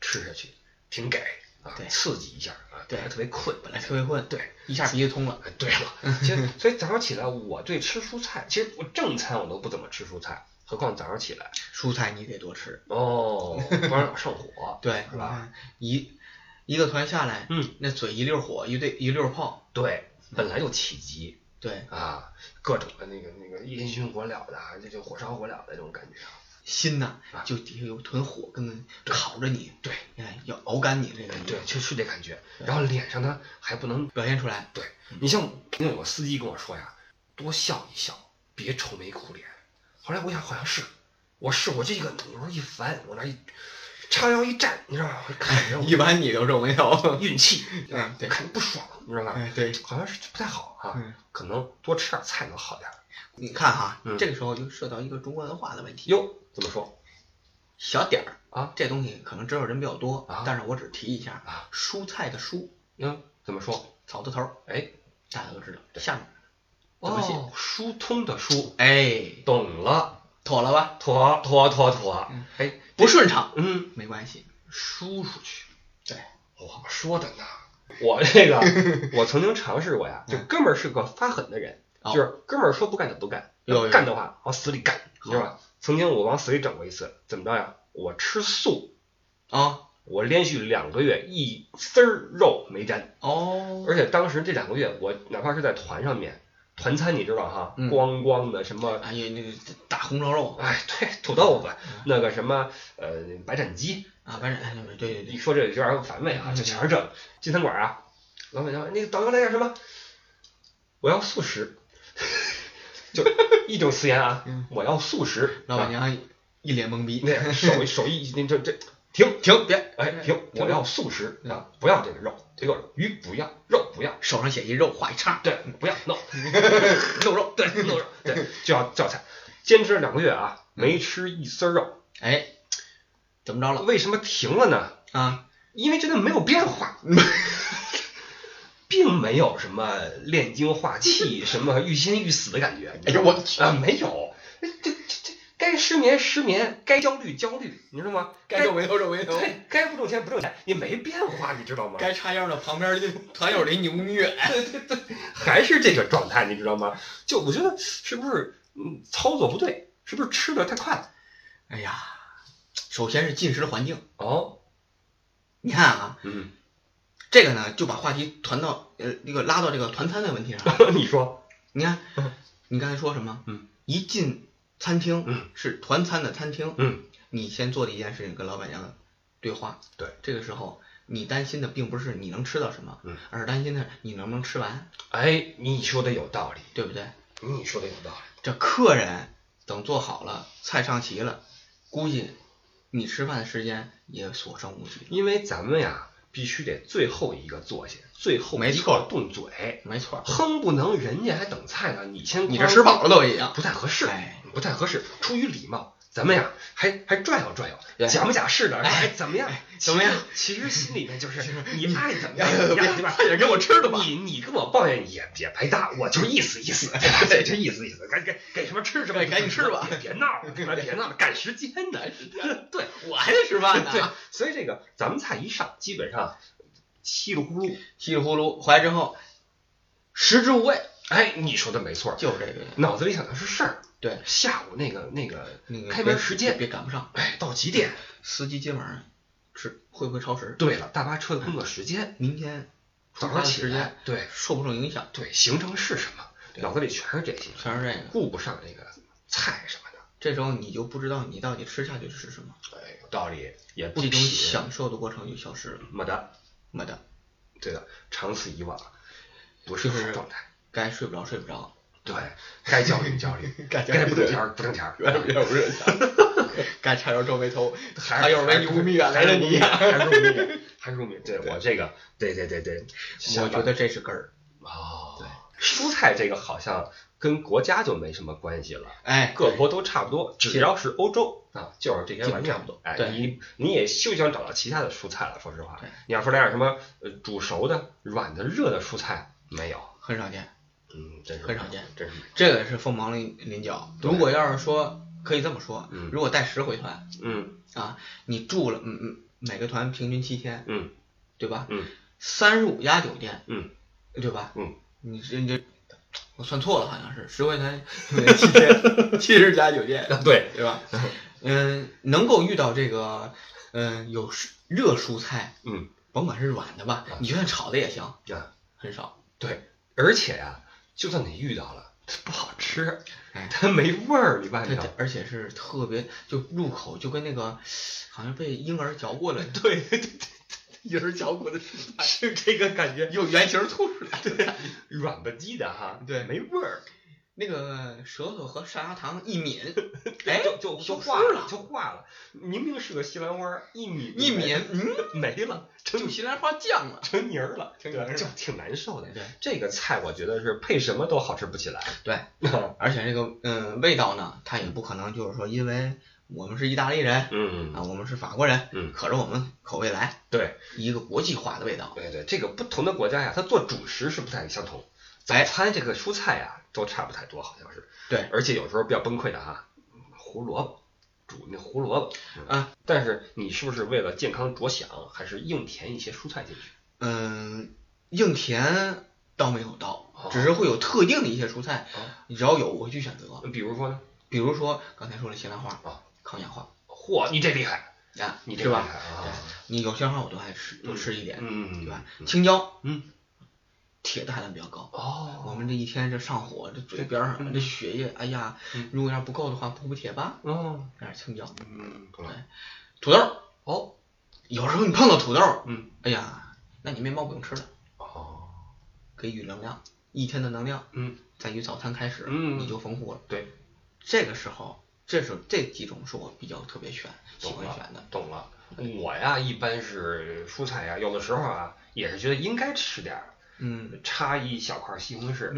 Speaker 1: 吃下去挺给啊
Speaker 2: 对，
Speaker 1: 刺激一下啊，
Speaker 2: 对
Speaker 1: 还特别困，
Speaker 2: 本来特别困，
Speaker 1: 对。
Speaker 2: 一下鼻子通了。
Speaker 1: 哎对了， 其实所以早上起来我对吃蔬菜，其实我正餐我都不怎么吃蔬菜，何况早上起来
Speaker 2: 蔬菜你得多吃，
Speaker 1: 哦，不然老上火。
Speaker 2: 对，
Speaker 1: 是
Speaker 2: 你
Speaker 1: 吧
Speaker 2: 看一一个团下来，
Speaker 1: 嗯，
Speaker 2: 那嘴一溜火，一对一溜泡，
Speaker 1: 对，本来就起急，
Speaker 2: 对，
Speaker 1: 啊，各种的那个那个烟熏火燎的啊，这就火烧火燎的那种感觉啊。
Speaker 2: 心呐
Speaker 1: 啊
Speaker 2: 就底下有团火，根本
Speaker 1: 对
Speaker 2: 烤着你，
Speaker 1: 对
Speaker 2: 哎，要熬干你这个，
Speaker 1: 对，，就是这感觉。然后脸上呢还不能，
Speaker 2: 表现出来，
Speaker 1: 对你像那有个司机跟我说呀，多笑一笑，别愁眉苦脸。后来我想好像是，我是我这个，我说一烦，往那一叉腰一站，你知道吗？我看着我
Speaker 2: 一般你都皱眉头，
Speaker 1: 运气，
Speaker 2: 嗯对
Speaker 1: 看着不爽，你知道吧？
Speaker 2: 哎， 对，
Speaker 1: 好像是不太好啊，
Speaker 2: 嗯，
Speaker 1: 可能多吃点菜能好点儿。
Speaker 2: 你看哈
Speaker 1: 嗯，
Speaker 2: 这个时候就涉到一个中国文化的问题，
Speaker 1: 哟，怎么说
Speaker 2: 小点儿
Speaker 1: 啊，
Speaker 2: 这东西可能知道人比较多
Speaker 1: 啊，
Speaker 2: 但是我只提一下，
Speaker 1: 啊？
Speaker 2: 蔬菜的蔬，
Speaker 1: 嗯，怎么说？
Speaker 2: 草字头儿，
Speaker 1: 哎，
Speaker 2: 大家都知道，
Speaker 1: 对
Speaker 2: 下面
Speaker 1: 怎
Speaker 2: 怎
Speaker 1: 么
Speaker 2: 么写
Speaker 1: 写？疏通的疏，
Speaker 2: 哎，
Speaker 1: 懂了，
Speaker 2: 妥了吧？
Speaker 1: 妥妥妥妥
Speaker 2: 嗯。
Speaker 1: 哎，
Speaker 2: 不顺畅
Speaker 1: 嗯，
Speaker 2: 没关系，
Speaker 1: 输出去。
Speaker 2: 对，
Speaker 1: 我说的呢。我这 个，我曾经尝试过呀。就
Speaker 2: 嗯
Speaker 1: 哥们儿是个发狠的人，
Speaker 2: 哦
Speaker 1: 就是哥们儿说不干就不干，
Speaker 2: 有有
Speaker 1: 干的话往死里干，你知道吧？曾经我往死里整过一次，怎么着呀？我吃素，
Speaker 2: 啊，
Speaker 1: 我连续两个月一丝儿肉没沾，
Speaker 2: 哦，
Speaker 1: 而且当时这两个月我哪怕是在团上面，团餐你知道哈，
Speaker 2: 嗯
Speaker 1: 光光的什么
Speaker 2: 哎呀，那个大红烧肉啊
Speaker 1: 哎，对，土豆子，那个什么，呃，白斩鸡，
Speaker 2: 啊，反正哎，对对
Speaker 1: 一
Speaker 2: 对，
Speaker 1: 说这有点反胃啊，
Speaker 2: 嗯
Speaker 1: 就全是这个。进餐馆啊，老板娘，那个导游来点什么？我要素食， 就一种词言啊
Speaker 2: 嗯，
Speaker 1: 我要素食。啊
Speaker 2: 老板娘一脸懵逼，
Speaker 1: 那手一手一那这这停，
Speaker 2: 停别，
Speaker 1: 哎停，
Speaker 2: 嗯
Speaker 1: 我要素食啊，不要这个肉，这个鱼不要，肉不要，
Speaker 2: 手上写一肉，画一叉，
Speaker 1: 对，不要 no，
Speaker 2: 肉肉，
Speaker 1: 对 no 肉，对，就要叫菜。坚持了两个月啊，没吃一丝儿肉，
Speaker 2: 哎，怎么着了
Speaker 1: 为什么停了呢？
Speaker 2: 啊？
Speaker 1: 因为真的没有变化，并没有什么炼精化气、什么欲仙欲死的感觉。
Speaker 2: 哎呦我去
Speaker 1: 啊，没有，这这这该失眠失眠，该焦虑焦虑，你知道吗？该
Speaker 2: 眉头皱眉
Speaker 1: 对，该不挣钱不挣钱，也没变化，你知道吗？
Speaker 2: 该插秧的旁边就团友离你五米远，
Speaker 1: 还是这个状态，你知道吗？就我觉得是不是嗯操作不对，是不是吃的太快了？
Speaker 2: 哎呀，首先是进食的环境，
Speaker 1: 哦，
Speaker 2: 你看啊，
Speaker 1: 嗯，
Speaker 2: 这个呢就把话题团到呃那个拉到这个团餐的问题上，
Speaker 1: 你说，
Speaker 2: 你看
Speaker 1: 嗯，
Speaker 2: 你刚才说什么？
Speaker 1: 嗯，
Speaker 2: 一进餐厅，
Speaker 1: 嗯，
Speaker 2: 是团餐的餐厅，
Speaker 1: 嗯，
Speaker 2: 你先做的一件事情跟老板娘对话，
Speaker 1: 对，
Speaker 2: 这个时候你担心的并不是你能吃到什么，
Speaker 1: 嗯，
Speaker 2: 而是担心的是你能不能吃完，
Speaker 1: 哎，你说的有道理，
Speaker 2: 对不对？
Speaker 1: 你说的有道理。
Speaker 2: 这客人等做好了，菜上齐了，估计你吃饭的时间也所剩无几了。
Speaker 1: 因为咱们呀，必须得最后一个坐下，最后
Speaker 2: 没
Speaker 1: 一
Speaker 2: 错
Speaker 1: 个动嘴，
Speaker 2: 没错儿，
Speaker 1: 哼不能人家还等菜呢，你先
Speaker 2: 你这吃饱了都一样。
Speaker 1: 不太合适
Speaker 2: 哎，
Speaker 1: 不太合适。出于礼貌，咱们呀还还转悠转悠，
Speaker 2: 对
Speaker 1: 假模假式的，
Speaker 2: 哎
Speaker 1: 哎，怎么样？
Speaker 2: 怎么样
Speaker 1: 其实？其实心里面就是
Speaker 2: 你
Speaker 1: 你爱怎么样
Speaker 2: 哎
Speaker 1: 怎么样，对
Speaker 2: 别
Speaker 1: 吧？
Speaker 2: 快点给我吃的吧！
Speaker 1: 你你跟我抱怨也也白搭，我就是意思意 思，对吧？这意思意思，该该给什么吃什么，
Speaker 2: 哎赶紧吃吧 啊
Speaker 1: 别别 闹了，对吧别闹了，赶时间呢。 对
Speaker 2: 我还得吃饭
Speaker 1: 对
Speaker 2: 呢。，
Speaker 1: 所以这个咱们菜一上，基本上稀里呼噜。
Speaker 2: 稀里呼噜，回来之后食之无味，
Speaker 1: 哎，你说的没错，
Speaker 2: 就是这个原因。
Speaker 1: 脑子里想的是事儿。
Speaker 2: 对，
Speaker 1: 下午那个那个
Speaker 2: 那个
Speaker 1: 开门
Speaker 2: 别
Speaker 1: 时间
Speaker 2: 别赶不上，
Speaker 1: 哎，到几点？
Speaker 2: 司机今晚上吃会不会超时？
Speaker 1: 对了，大巴车的工作时间，
Speaker 2: 明天出
Speaker 1: 早
Speaker 2: 发
Speaker 1: 上
Speaker 2: 的
Speaker 1: 起
Speaker 2: 时
Speaker 1: 来
Speaker 2: 间，
Speaker 1: 对
Speaker 2: 受不受影响？
Speaker 1: 对，行程是什么？
Speaker 2: 对
Speaker 1: 脑子里全是这些，
Speaker 2: 全是这个。
Speaker 1: 顾不上那个菜什么的。
Speaker 2: 这时候你就不知道你到底吃下去是什么，
Speaker 1: 哎，有道理，也不
Speaker 2: 这种
Speaker 1: 品
Speaker 2: 享受的过程就消失了。
Speaker 1: 没得，
Speaker 2: 没的，
Speaker 1: 对的，长此以往，不是
Speaker 2: 就是
Speaker 1: 好状态。
Speaker 2: 该睡不着睡 不着，
Speaker 1: 对，该焦虑焦虑，
Speaker 2: 该
Speaker 1: 该不挣钱儿不挣钱 儿，
Speaker 2: 有热 该叉腰皱眉头，
Speaker 1: 还
Speaker 2: 叉腰没你五米远来了 你。
Speaker 1: 还是入迷，还是入迷。对我这个，对对对对，
Speaker 2: 我觉得这是根儿，
Speaker 1: 哦，
Speaker 2: 对，
Speaker 1: 蔬菜这个好像跟国家就没什么关系了。
Speaker 2: 哎，
Speaker 1: 各国都差不多，只要是欧洲啊，就是这些玩意
Speaker 2: 基本
Speaker 1: 儿
Speaker 2: 差不多
Speaker 1: 哎，
Speaker 2: 对
Speaker 1: 你你也休想找到其他的蔬菜了。说实话
Speaker 2: 对，
Speaker 1: 你要说点什么呃煮熟的、软的、热的蔬菜，没有。
Speaker 2: 很少见。
Speaker 1: 嗯，真是
Speaker 2: 很少见，
Speaker 1: 真是没有。
Speaker 2: 这个是凤毛麟麟角。
Speaker 1: 对
Speaker 2: 如果要是说可以这么说
Speaker 1: 嗯，
Speaker 2: 如果带十回团
Speaker 1: 嗯
Speaker 2: 啊，你住了嗯嗯每个团平均七天，
Speaker 1: 嗯
Speaker 2: 对吧？
Speaker 1: 嗯
Speaker 2: 三十五家酒店，
Speaker 1: 嗯，
Speaker 2: 对吧？
Speaker 1: 嗯，
Speaker 2: 你这你这我算错了，好像是十回团七天七十家酒店，
Speaker 1: 啊，对，
Speaker 2: 对吧？嗯，能够遇到这个嗯有蔬热蔬菜，
Speaker 1: 嗯，
Speaker 2: 甭管是软的吧
Speaker 1: 啊，
Speaker 2: 你就算炒的也行，
Speaker 1: 啊，
Speaker 2: 很少。
Speaker 1: 对，而且呀、就算你遇到了，它不好吃
Speaker 2: 哎，
Speaker 1: 它没味儿，你外
Speaker 2: 对
Speaker 1: 头。，
Speaker 2: 而且是特别就入口就跟那个好像被婴儿嚼 过了，
Speaker 1: 对对对，
Speaker 2: 婴儿嚼过的蔬 菜，
Speaker 1: 是这个感觉，
Speaker 2: 用原形吐出来。对，
Speaker 1: 软吧唧的哈，
Speaker 2: 对
Speaker 1: 没味儿，
Speaker 2: 那个舌头和砂糖一抿， 哎，
Speaker 1: 就就就
Speaker 2: 消失
Speaker 1: 化了，
Speaker 2: 了
Speaker 1: 就化了。明明是个西兰花儿，一抿
Speaker 2: 一抿，嗯，
Speaker 1: 没了，成
Speaker 2: 就西兰花酱了。
Speaker 1: 成泥儿了，
Speaker 2: 成泥儿了
Speaker 1: 对就挺难受的。
Speaker 2: 对
Speaker 1: 这个菜我觉得是配什么都好吃不起来。
Speaker 2: 对，而且这个嗯味道呢，它也不可能就是说，因为我们是意大利人啊，
Speaker 1: 嗯，
Speaker 2: 我们是法国人，
Speaker 1: 嗯
Speaker 2: 可着我们口味来，
Speaker 1: 对
Speaker 2: 一个国际化的味道。
Speaker 1: 对对，这个不同的国家呀，它做主食是不太相同。早
Speaker 2: 哎
Speaker 1: 餐这个蔬菜呀，都差不太多，好像是。
Speaker 2: 对，
Speaker 1: 而且有时候比较崩溃的哈，胡萝卜。煮那胡萝卜嗯
Speaker 2: 啊，
Speaker 1: 但是你是不是为了健康着想，还是硬填一些蔬菜进去？
Speaker 2: 嗯，硬甜倒没有到
Speaker 1: 哦，
Speaker 2: 只是会有特定的一些蔬菜
Speaker 1: 哦，
Speaker 2: 你只要有我去选择。
Speaker 1: 比如说呢？
Speaker 2: 比如说刚才说了西兰花
Speaker 1: 哦，
Speaker 2: 抗氧化
Speaker 1: 嚯，你这厉害，
Speaker 2: 啊，
Speaker 1: 你这
Speaker 2: 是
Speaker 1: 厉害
Speaker 2: 吧？
Speaker 1: 啊！
Speaker 2: 你有些花我都爱吃，多
Speaker 1: 嗯
Speaker 2: 吃一点，
Speaker 1: 嗯，
Speaker 2: 对吧？
Speaker 1: 嗯
Speaker 2: 青椒，
Speaker 1: 嗯，
Speaker 2: 铁的含量比较高。
Speaker 1: 哦，
Speaker 2: 我们这一天这上火，这嘴边上这血液，哎呀
Speaker 1: 嗯，
Speaker 2: 如果要不够的话，补补铁吧，
Speaker 1: 哦，
Speaker 2: 加点青椒。
Speaker 1: 嗯，
Speaker 2: 土豆，
Speaker 1: 哦，
Speaker 2: 有时候你碰到土豆，
Speaker 1: 嗯，
Speaker 2: 哎呀，那你面包不用吃了，
Speaker 1: 哦，
Speaker 2: 给予能量，一天的能量
Speaker 1: 嗯，
Speaker 2: 在于早餐开始，
Speaker 1: 嗯
Speaker 2: 你就丰富了。
Speaker 1: 对，
Speaker 2: 这个时候，这时候这几种是我比较特别选喜
Speaker 1: 懂
Speaker 2: 欢
Speaker 1: 了
Speaker 2: 选的。
Speaker 1: 懂了。
Speaker 2: 嗯
Speaker 1: 我呀，一般是蔬菜呀，有的时候啊，也是觉得应该吃点儿，
Speaker 2: 嗯，
Speaker 1: 插一小块西红柿，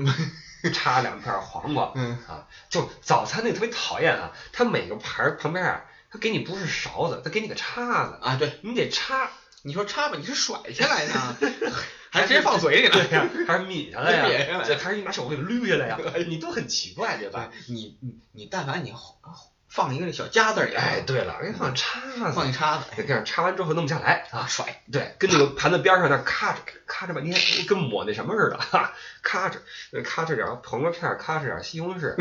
Speaker 1: 插两片黄瓜，
Speaker 2: 嗯
Speaker 1: 啊，就早餐那个特别讨厌啊，它每个盘儿旁边啊，它给你不是勺子，它给你个叉子，
Speaker 2: 啊，对，
Speaker 1: 你得插，
Speaker 2: 你说插吧，你是甩下来呢， 还是直接放嘴里了？
Speaker 1: 对呀，还是抿下来呀，
Speaker 2: 抿下来哎
Speaker 1: 这还是你拿手给它捋下来呀，你都很奇怪，对吧？
Speaker 2: 你你你，但凡你放一个那小夹子儿也好
Speaker 1: 哎，，对了，人放叉子，
Speaker 2: 放一叉子，
Speaker 1: 这样插完之后弄不下来啊，
Speaker 2: 甩，
Speaker 1: 对，跟那个盘子边上那儿咔着咔着半天，跟抹那什么似的，哈，咔着呃咔着点儿黄瓜片儿，咔着点儿西红柿，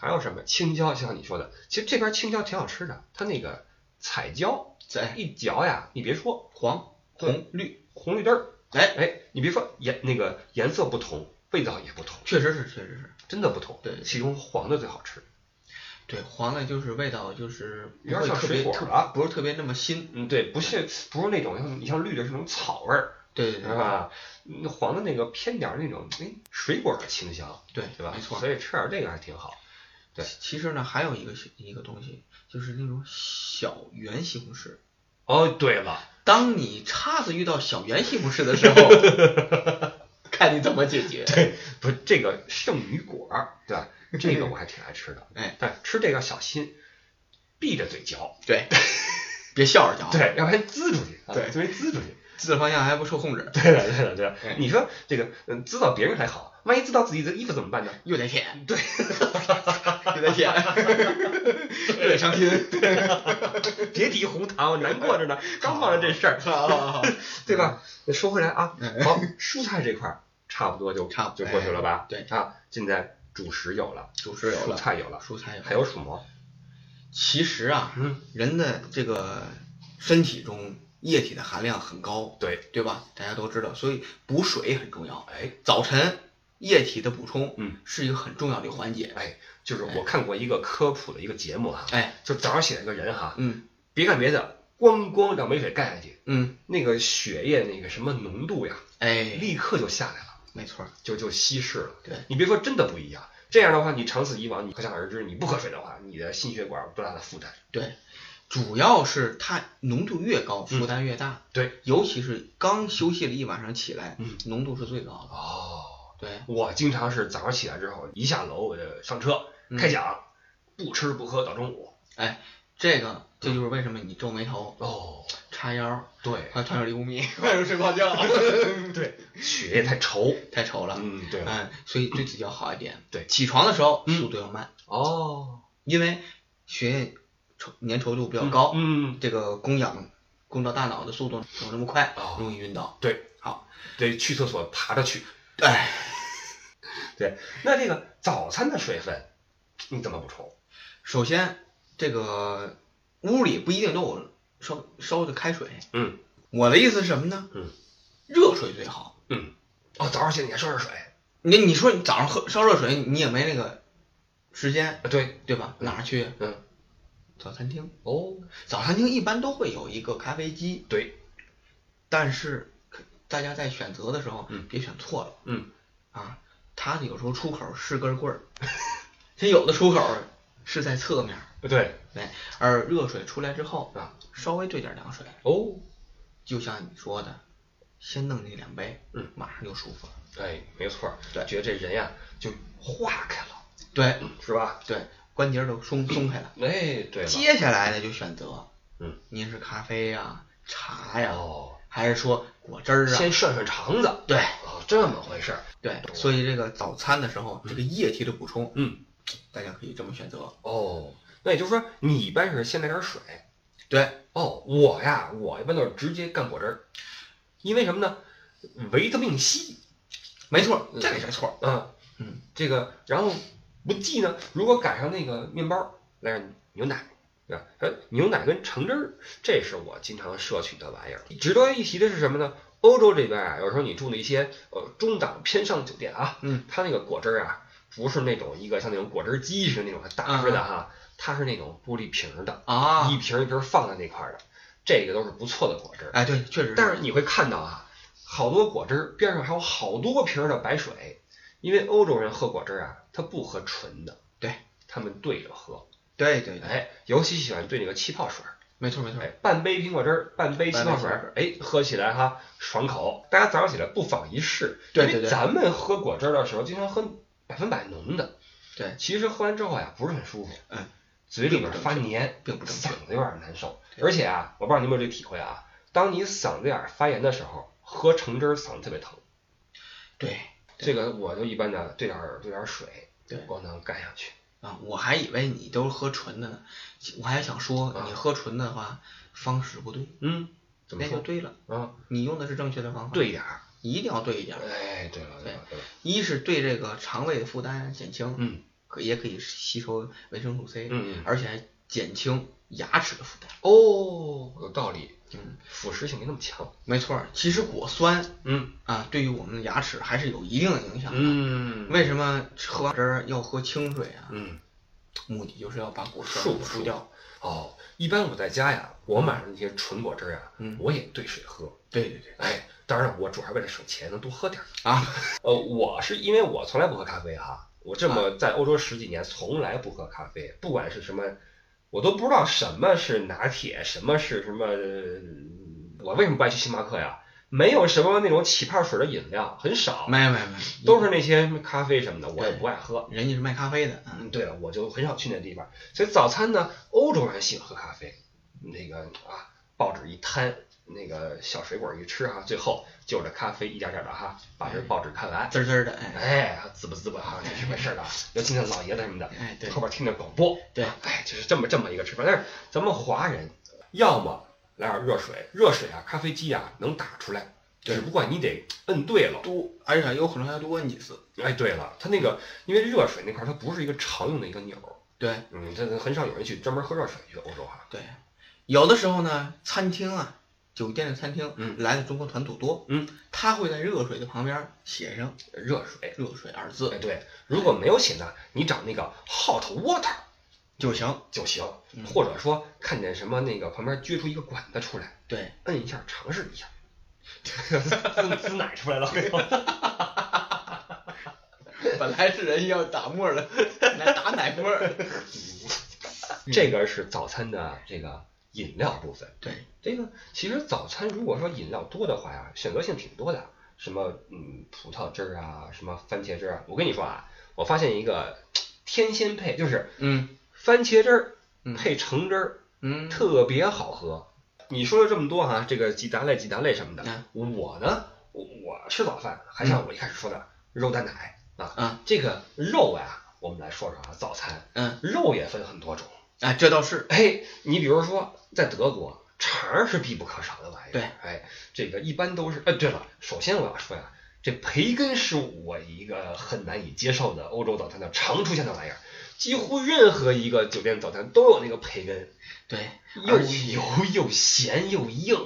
Speaker 1: 还有什么青椒，像你说的，其实这边青椒挺好吃的，它那个彩椒
Speaker 2: 对，
Speaker 1: 一嚼呀，你别说
Speaker 2: 黄
Speaker 1: 对
Speaker 2: 红绿，
Speaker 1: 红绿灯儿，
Speaker 2: 哎，
Speaker 1: 哎，你别说颜那个颜色不同，味道也不同，
Speaker 2: 确实是，确实是
Speaker 1: 真的不同。
Speaker 2: 对
Speaker 1: 其中黄的最好吃。
Speaker 2: 对黄的，就是味道就是不
Speaker 1: 有点
Speaker 2: 会
Speaker 1: 像
Speaker 2: 特
Speaker 1: 水
Speaker 2: 别
Speaker 1: 果
Speaker 2: 特
Speaker 1: 了
Speaker 2: 不是特别那么新，
Speaker 1: 嗯，对，不是不是那种像你像绿的是那种草味儿，
Speaker 2: 对对
Speaker 1: 是
Speaker 2: 对
Speaker 1: 吧？那黄的那个偏点儿那种哎水果的清香，
Speaker 2: 对
Speaker 1: 对吧？
Speaker 2: 没错。
Speaker 1: 所以吃点这个还挺好。对
Speaker 2: 其其实呢，还有一个西一个东西，就是那种小圆西红柿。
Speaker 1: 哦，对了，
Speaker 2: 当你叉子遇到小圆西红柿的时候， 看你怎么解决。
Speaker 1: 不，这个圣女果儿，对吧？这个我还挺爱吃的，
Speaker 2: 哎，
Speaker 1: 但吃这个要小心，闭着嘴嚼，
Speaker 2: 对，别笑着嚼，，
Speaker 1: 对，要不然滋出去，啊
Speaker 2: 啊对
Speaker 1: 就容易滋出去。
Speaker 2: 滋的方向还不受控制，
Speaker 1: 对了，对了， 对了
Speaker 2: 嗯，
Speaker 1: 你说这个，嗯，滋到别人还好，万一滋到自己的衣服怎么办呢？
Speaker 2: 又得舔，对， 又 得舔，又得伤心，
Speaker 1: 别提红糖，我难过着呢，刚忘了这事儿，
Speaker 2: 好好 好，
Speaker 1: 对吧？那说回来啊，
Speaker 2: 嗯
Speaker 1: 好，蔬菜这块儿差不多就
Speaker 2: 差不
Speaker 1: 就
Speaker 2: 多哎
Speaker 1: 过去了吧？
Speaker 2: 对
Speaker 1: 啊，现在主食有了，
Speaker 2: 主食有
Speaker 1: 蔬
Speaker 2: 了，
Speaker 1: 菜有了，
Speaker 2: 蔬菜有了
Speaker 1: 还，有薯蘑，
Speaker 2: 其实啊，
Speaker 1: 嗯，
Speaker 2: 人的这个身体中液体的含量很高，
Speaker 1: 对，
Speaker 2: 对吧？大家都知道，所以补水很重要。
Speaker 1: 哎
Speaker 2: 早晨液体的补充，
Speaker 1: 嗯，
Speaker 2: 是一个很重要的环节。
Speaker 1: 哎，就是我看过一个科普的一个节目哈，
Speaker 2: 哎，
Speaker 1: 就早上起来一个人哈，
Speaker 2: 嗯
Speaker 1: 别干别的，咣咣两杯水干下去，
Speaker 2: 嗯，
Speaker 1: 那个血液那个什么浓度呀，
Speaker 2: 哎，
Speaker 1: 立刻就下来了，
Speaker 2: 没错儿，
Speaker 1: 就就稀释了。
Speaker 2: 对，
Speaker 1: 你别说，真的不一样。这样的话，你长此以往，你可想而知，你不喝水的话，你的心血管有多大的负担？
Speaker 2: 对，主要是它浓度越高，负担越大。
Speaker 1: 对，
Speaker 2: 尤其是刚休息了一晚上起来，
Speaker 1: 嗯
Speaker 2: 浓度是最高的。
Speaker 1: 哦，
Speaker 2: 对，
Speaker 1: 我经常是早上起来之后，一下楼我就上车
Speaker 2: 嗯
Speaker 1: 开讲，不吃不喝到中午。
Speaker 2: 哎，这个这就是为什么你皱眉头、
Speaker 1: 哦，
Speaker 2: 叉腰，
Speaker 1: 嗯对
Speaker 2: 还有团友离五 米，快点睡不好觉，
Speaker 1: 对，血液太稠。
Speaker 2: 太稠了。
Speaker 1: 嗯，对。
Speaker 2: 嗯，所以对自己要好一点。
Speaker 1: 对嗯
Speaker 2: 起床的时候速度要慢，
Speaker 1: 哦，
Speaker 2: 因为血液稠粘稠度比较高，
Speaker 1: 嗯，
Speaker 2: 这个供氧供到大脑的速度没有那么快，
Speaker 1: 哦
Speaker 2: 容易晕倒。
Speaker 1: 对，
Speaker 2: 好，
Speaker 1: 得去厕所爬着去。
Speaker 2: 哎，
Speaker 1: 对，那这个早餐的水分你怎么补充？
Speaker 2: 首先这个屋里不一定都有烧烧的开水，
Speaker 1: 嗯
Speaker 2: 我的意思是什么呢？
Speaker 1: 嗯，
Speaker 2: 热水最好。
Speaker 1: 嗯，哦，早上起来你还烧热水？
Speaker 2: 你你说你早上喝烧热水，你也没那个时间，
Speaker 1: 啊，对，
Speaker 2: 对吧？哪儿去？
Speaker 1: 嗯，
Speaker 2: 早餐厅，
Speaker 1: 哦，
Speaker 2: 早餐厅一般都会有一个咖啡机，
Speaker 1: 对，
Speaker 2: 但是可大家在选择的时候，
Speaker 1: 嗯
Speaker 2: 别选错了
Speaker 1: 嗯，
Speaker 2: 啊！它有时候出口是根棍儿， 它有的出口是在侧面儿，
Speaker 1: 对，
Speaker 2: 对，而热水出来之后
Speaker 1: 啊，
Speaker 2: 稍微兑点凉水，
Speaker 1: 哦，
Speaker 2: 就像你说的，先弄那两杯，
Speaker 1: 嗯，
Speaker 2: 马上就舒服了。
Speaker 1: 哎，没错儿，
Speaker 2: 对
Speaker 1: 觉得这人呀就化开了，
Speaker 2: 对
Speaker 1: 是吧？
Speaker 2: 对，关节都松松开了。
Speaker 1: 嗯哎，对了，
Speaker 2: 接下来呢，就选择，
Speaker 1: 嗯，
Speaker 2: 您是咖啡呀、茶呀，
Speaker 1: 哦，
Speaker 2: 还是说果汁儿啊？
Speaker 1: 先涮涮肠子，
Speaker 2: 对
Speaker 1: 哦，这么回事儿，
Speaker 2: 对，所以这个早餐的时候，这个液体的补充，
Speaker 1: 嗯，
Speaker 2: 大家可以这么选择。
Speaker 1: 哦，那也就是说你一般是先来点水，
Speaker 2: 对，
Speaker 1: 哦，我呀，我一般都是直接干果汁儿，因为什么呢？维他命 C，
Speaker 2: 没错，
Speaker 1: 嗯
Speaker 2: 这个没错。
Speaker 1: 嗯
Speaker 2: 嗯，
Speaker 1: 这个，然后不济呢，如果赶上那个面包，来点牛奶，对吧？呃，牛奶跟橙汁儿，这是我经常摄取的玩意儿。
Speaker 2: 嗯
Speaker 1: 值得一提的是什么呢？欧洲这边啊，有时候你住的一些呃中档偏上酒店啊，
Speaker 2: 嗯，
Speaker 1: 它那个果汁儿啊，不是那种一个像那种果汁机似的那种大似的哈，它是那种玻璃瓶儿的，
Speaker 2: 啊
Speaker 1: 一，瓶一瓶放在那块儿的，这个都是不错的果汁儿。
Speaker 2: 哎，对，确实。
Speaker 1: 但是你会看到啊，好多果汁儿边上还有好多瓶儿的白水，因为欧洲人喝果汁儿啊，他不喝纯的，
Speaker 2: 对
Speaker 1: 他们兑着喝，
Speaker 2: 对对对，
Speaker 1: 哎，尤其喜欢兑那个气泡水儿，
Speaker 2: 没错没错
Speaker 1: 哎，，半杯苹果汁儿，半杯气泡水儿，哎，喝起来哈爽口。大家早上起来不妨一试，
Speaker 2: 对
Speaker 1: 因为
Speaker 2: 对对
Speaker 1: 咱们喝果汁儿的时候经常喝百分百浓的，
Speaker 2: 对，
Speaker 1: 其实喝完之后呀、不是很舒服，
Speaker 2: 嗯，
Speaker 1: 嘴里边发黏，
Speaker 2: 并不正确
Speaker 1: 嗓。子有点难受。而且啊，我不知道你有没有这个体会啊，当你嗓子眼儿发炎的时候，喝橙汁儿嗓子特别疼。
Speaker 2: 对
Speaker 1: 这个我就一般的兑点儿兑点儿水，
Speaker 2: 对
Speaker 1: 光能干下去。
Speaker 2: 啊，我还以为你都是喝纯的呢，我还想说
Speaker 1: 啊
Speaker 2: 你喝纯的话方式不对，
Speaker 1: 嗯，怎么
Speaker 2: 那就
Speaker 1: 说？
Speaker 2: 对了，
Speaker 1: 啊，
Speaker 2: 你用的是正确的方法，，
Speaker 1: 兑一点儿。
Speaker 2: 一定要对一点儿。
Speaker 1: 哎，对了对了对了，
Speaker 2: 一是对这个肠胃的负担减轻，
Speaker 1: 嗯
Speaker 2: 可也可以吸收维生素 C，
Speaker 1: 嗯嗯
Speaker 2: 而且还减轻牙齿的负担。
Speaker 1: 哦，有道理，
Speaker 2: 嗯，
Speaker 1: 腐蚀性没那么强。
Speaker 2: 没错儿，其实果酸
Speaker 1: 嗯
Speaker 2: 啊，对于我们的牙齿还是有一定的影响的。
Speaker 1: 嗯
Speaker 2: 为什么喝完汁儿要喝清水啊？
Speaker 1: 嗯，
Speaker 2: 目的就是要把果酸
Speaker 1: 漱
Speaker 2: 除
Speaker 1: 漱
Speaker 2: 掉。
Speaker 1: 哦，一般我在家呀，我买的那些纯果汁儿啊
Speaker 2: 嗯，
Speaker 1: 我也兑水喝。
Speaker 2: 对对对，
Speaker 1: 哎，当然我主要是为了省钱，能多喝点儿。
Speaker 2: 啊，
Speaker 1: 呃，我是因为我从来不喝咖啡哈、我这么在欧洲十几年，从来不喝咖啡，不管是什么，我都不知道什么是拿铁，什么是什么，呃我为什么不爱去星巴克呀？没有什么那种起泡水的饮料，很少，
Speaker 2: 没有没有没有，
Speaker 1: 都是那些什么咖啡什么的，我也
Speaker 2: 嗯对
Speaker 1: 不爱喝。
Speaker 2: 人家是卖咖啡的，嗯，
Speaker 1: 嗯，对了，我就很少去那地方，所以早餐呢，欧洲人喜欢喝咖啡，那个啊，报纸一摊，那个小水果一吃哈、最后就着咖啡一点点的哈，把
Speaker 2: 嗯
Speaker 1: 这报纸看完，
Speaker 2: 滋儿滋儿的，哎
Speaker 1: 哎，滋吧滋吧哈，这是回事儿的，尤其像老爷子什么的，
Speaker 2: 哎对
Speaker 1: 后边听着广播，
Speaker 2: 对
Speaker 1: 哎，就是这么这么一个吃法。但是咱们华人，要么来点热水，热水啊，咖啡机啊能打出来，
Speaker 2: 对
Speaker 1: 只不过你得摁对了。
Speaker 2: 多，而且有可能还要多问几次，
Speaker 1: 哎，对了，它那个因为热水那块儿它不是一个常用的一个钮儿，
Speaker 2: 对
Speaker 1: 嗯，这很少有人去专门喝热水去欧洲哈、
Speaker 2: 对，有的时候呢，餐厅啊，酒店的餐厅，
Speaker 1: 嗯
Speaker 2: 来的中国团土多，
Speaker 1: 嗯，
Speaker 2: 他会在热水的旁边写上
Speaker 1: 热水。
Speaker 2: “热水”二
Speaker 1: 哎，
Speaker 2: 字
Speaker 1: 对，如果没有写呢，你找那个 hot water
Speaker 2: 就行，
Speaker 1: 就行，
Speaker 2: 嗯
Speaker 1: 或者说看见什么那个旁边撅出一个管子出来，
Speaker 2: 对，
Speaker 1: 摁一下尝试一下， 滋滋奶出 来了。
Speaker 2: 本来是人要打沫儿 的，来打奶沫儿，
Speaker 1: 这个是早餐的这个饮料部分。
Speaker 2: 嗯对，
Speaker 1: 这个其实早餐如果说饮料多的话呀，选择性挺多的，什么嗯葡萄汁儿啊，什么番茄汁儿啊。我跟你说啊，我发现一个天仙配，就是
Speaker 2: 嗯
Speaker 1: 番茄汁儿
Speaker 2: 嗯
Speaker 1: 配橙汁儿，
Speaker 2: 嗯，
Speaker 1: 特别好喝。你说了这么多哈、这个几大类几大类什么的，
Speaker 2: 嗯
Speaker 1: 我呢，我我吃早饭还像我一开始说的肉蛋奶啊，
Speaker 2: 啊
Speaker 1: 这个肉啊，我们来说说啊，早餐
Speaker 2: 嗯
Speaker 1: 肉也分很多种。
Speaker 2: 啊，这倒是，
Speaker 1: 哎，你比如说在德国，肠儿是必不可少的玩意儿。
Speaker 2: 对，
Speaker 1: 哎，这个一般都是。呃，对了，首先我要说呀，这培根是我一个很难以接受的欧洲早餐的常出现的玩意儿，几乎任何一个酒店早餐都有那个培根，
Speaker 2: 对，
Speaker 1: 又油又咸又硬，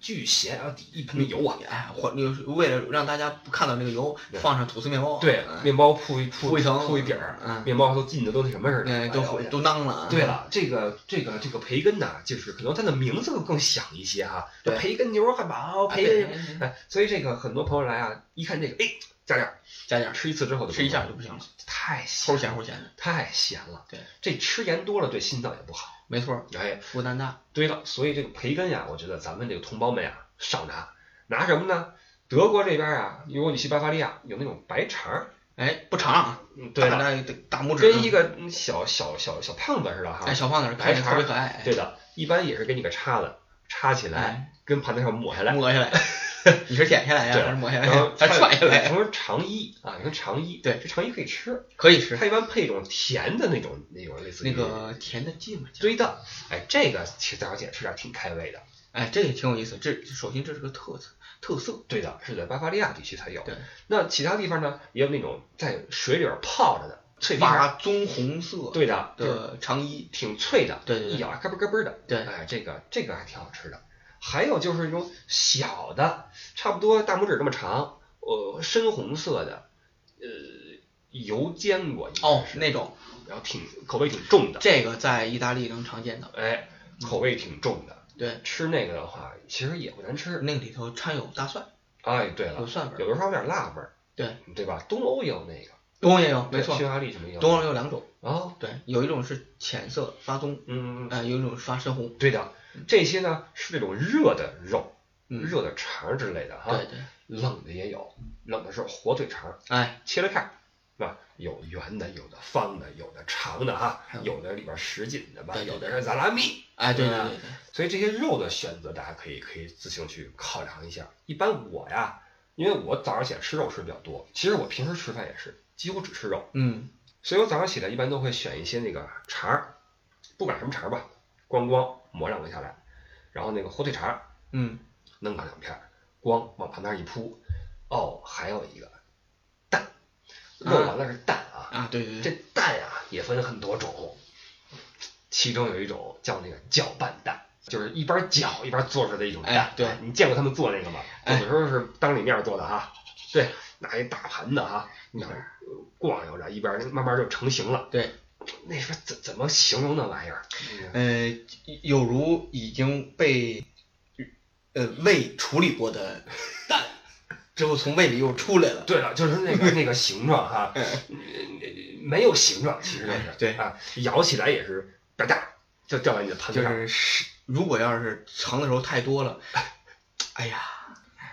Speaker 1: 巨咸啊，一盆的油啊。
Speaker 2: 哎，或就是为了让大家不看到那个油，放上吐司面包，
Speaker 1: 对，
Speaker 2: 嗯
Speaker 1: 面包铺一铺
Speaker 2: 铺一层
Speaker 1: 铺一底儿，
Speaker 2: 嗯
Speaker 1: 面包都浸的都那什么似的，
Speaker 2: 哎，都
Speaker 1: 哎呦
Speaker 2: 都囊了，
Speaker 1: 对，了，这个这个这个培根呐，就是可能它的名字更响一些哈、
Speaker 2: 对啊
Speaker 1: 培根牛肉汉堡，培根什么，哎， 所以这个很多朋友来啊，一看这个，哎，加点儿，
Speaker 2: 加点儿，
Speaker 1: 吃一次之后就
Speaker 2: 吃一下
Speaker 1: 不
Speaker 2: 就不行了，
Speaker 1: 太
Speaker 2: 齁
Speaker 1: 咸，
Speaker 2: 咸齁咸的，
Speaker 1: 太咸了。
Speaker 2: 对，
Speaker 1: 这吃盐多了对心脏也不好。
Speaker 2: 没错儿，
Speaker 1: 哎，
Speaker 2: 负担大，
Speaker 1: 对了，所以这个培根呀，我觉得咱们这个同胞们呀，少拿，拿什么呢？德国这边啊，如果你去巴伐利亚，有那种白肠儿，
Speaker 2: 哎，不长，
Speaker 1: 嗯，对
Speaker 2: 大
Speaker 1: 了，
Speaker 2: 大大拇指，
Speaker 1: 跟一个嗯小小小小胖子似的哈，
Speaker 2: 哎小胖子看着特别可爱，
Speaker 1: 对的，一般也是给你个叉子插起来，跟盘子上抹下来，
Speaker 2: 摸下 来，你是剪下来呀，
Speaker 1: 对
Speaker 2: 还是抹下来
Speaker 1: 然
Speaker 2: 呀
Speaker 1: 后， 哎
Speaker 2: 还是踹下来
Speaker 1: 什
Speaker 2: 呀？
Speaker 1: 么肠衣啊，你看肠衣，
Speaker 2: 对
Speaker 1: 这肠衣可以吃，
Speaker 2: 可以吃
Speaker 1: 它一般配一种甜的那种那种类似于
Speaker 2: 那个甜的芥末酱，
Speaker 1: 堆的，哎，这个其实大小姐吃着挺开胃的，
Speaker 2: 哎，这也挺有意思，这首先这是个特色特色，
Speaker 1: 对的，是在巴伐利亚地区才有
Speaker 2: 对，
Speaker 1: 那其他地方呢也有那种在水里边泡着的脆皮肠，
Speaker 2: 发啊棕红色
Speaker 1: 对的，就是
Speaker 2: 的长衣，
Speaker 1: 挺脆的，
Speaker 2: 对对对
Speaker 1: 一咬还咯嘣咯嘣的，
Speaker 2: 对，
Speaker 1: 哎，这个这个还挺好吃的。还有就是那种小的，差不多大拇指这么长，呃，深红色的，呃，油坚果应该
Speaker 2: 哦，
Speaker 1: 是
Speaker 2: 那种
Speaker 1: 然后挺口味挺重的，
Speaker 2: 这个在意大利能常见到，
Speaker 1: 哎，口味挺重的。
Speaker 2: 对，
Speaker 1: 吃那个的话，其实也不难吃。
Speaker 2: 那个里头掺有大蒜，
Speaker 1: 哎，对
Speaker 2: 有
Speaker 1: 了，
Speaker 2: 蒜味
Speaker 1: 有
Speaker 2: 儿，
Speaker 1: 的时候有点辣味儿，嗯
Speaker 2: 对
Speaker 1: 对吧？东欧也有那个，
Speaker 2: 东欧也有，没
Speaker 1: 对
Speaker 2: 错
Speaker 1: 匈，牙利什么也有。
Speaker 2: 东欧有两种，
Speaker 1: 哦，
Speaker 2: 对，有一种是浅色发棕，
Speaker 1: 嗯，
Speaker 2: 呃，有一种发深红，
Speaker 1: 对的，这些呢是那种热的肉，
Speaker 2: 嗯，
Speaker 1: 热啊的肠儿之类的哈。
Speaker 2: 对对，
Speaker 1: 冷的也有，冷的是火腿肠，
Speaker 2: 哎，
Speaker 1: 切了看，那有圆的，有的方的，有的长的哈
Speaker 2: 还，有
Speaker 1: 有的里边什锦的吧，
Speaker 2: 对对
Speaker 1: 有的是萨拉米，
Speaker 2: 哎，对对
Speaker 1: 对吧啊
Speaker 2: 对对，
Speaker 1: 所以这些肉的选择，大家可以可以自行去考量一下。一般我呀，因为我早上起来吃肉吃的比较多，其实我平时吃饭也是几乎只吃肉，
Speaker 2: 嗯，
Speaker 1: 所以我早上起来一般都会选一些那个肠儿，不管什么肠儿吧，光光抹两个下来，然后那个火腿肠儿
Speaker 2: 嗯，
Speaker 1: 弄上两片儿，光往旁边一铺。哦，还有一个蛋，
Speaker 2: 啊
Speaker 1: 弄完了是蛋啊，
Speaker 2: 啊，对对
Speaker 1: 这
Speaker 2: 对，
Speaker 1: 蛋啊也分很多种，其中有一种叫那个搅拌蛋。就是一边搅一边做出来的一种蛋，
Speaker 2: 哎对
Speaker 1: 你见过他们做那个吗？有
Speaker 2: 哎
Speaker 1: 的时候是当里面做的 哈，对，拿一大盘子啊哈，一
Speaker 2: 嗯
Speaker 1: 边呃逛悠着，一边慢慢就成型了。
Speaker 2: 对，
Speaker 1: 那时候怎怎么形容那玩意儿？
Speaker 2: 呃，有如已经被呃胃处理过的蛋，之后从胃里又出来了。
Speaker 1: 对了，就是那 个那个形状哈，
Speaker 2: 哎
Speaker 1: 没有形状，其实就是
Speaker 2: 哎对
Speaker 1: 啊，咬起来也是吧嗒就掉在你的盆
Speaker 2: 就
Speaker 1: 子上。
Speaker 2: 是是，如果要是盛的时候太多了，哎呀，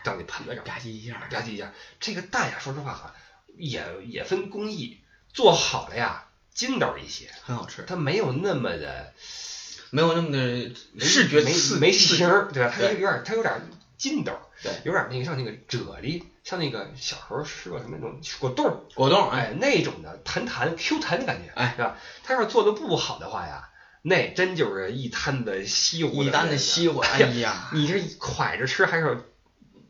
Speaker 1: 让你盘子上
Speaker 2: 吧唧一下，
Speaker 1: 吧唧一下。这个蛋呀，说实话哈，也也分工艺，做好了呀，筋道一些，
Speaker 2: 很好吃，
Speaker 1: 它没有那么的
Speaker 2: 没有那么的视觉
Speaker 1: 没
Speaker 2: 刺
Speaker 1: 没
Speaker 2: 刺
Speaker 1: 形
Speaker 2: 激。
Speaker 1: 儿，对吧？它
Speaker 2: 对
Speaker 1: 有点它有点筋道，
Speaker 2: 对，
Speaker 1: 有点那个像那个啫喱，像那个小时候吃过什么那种果冻儿，
Speaker 2: 果冻，哎，
Speaker 1: 哎，那种的弹弹 Q 弹的感觉，
Speaker 2: 哎
Speaker 1: 是吧？他要是做的不好的话呀，那真就是一摊子稀糊，
Speaker 2: 一单的西瓜，哎
Speaker 1: 哎呀
Speaker 2: 呀，
Speaker 1: 你这蒯着吃还是？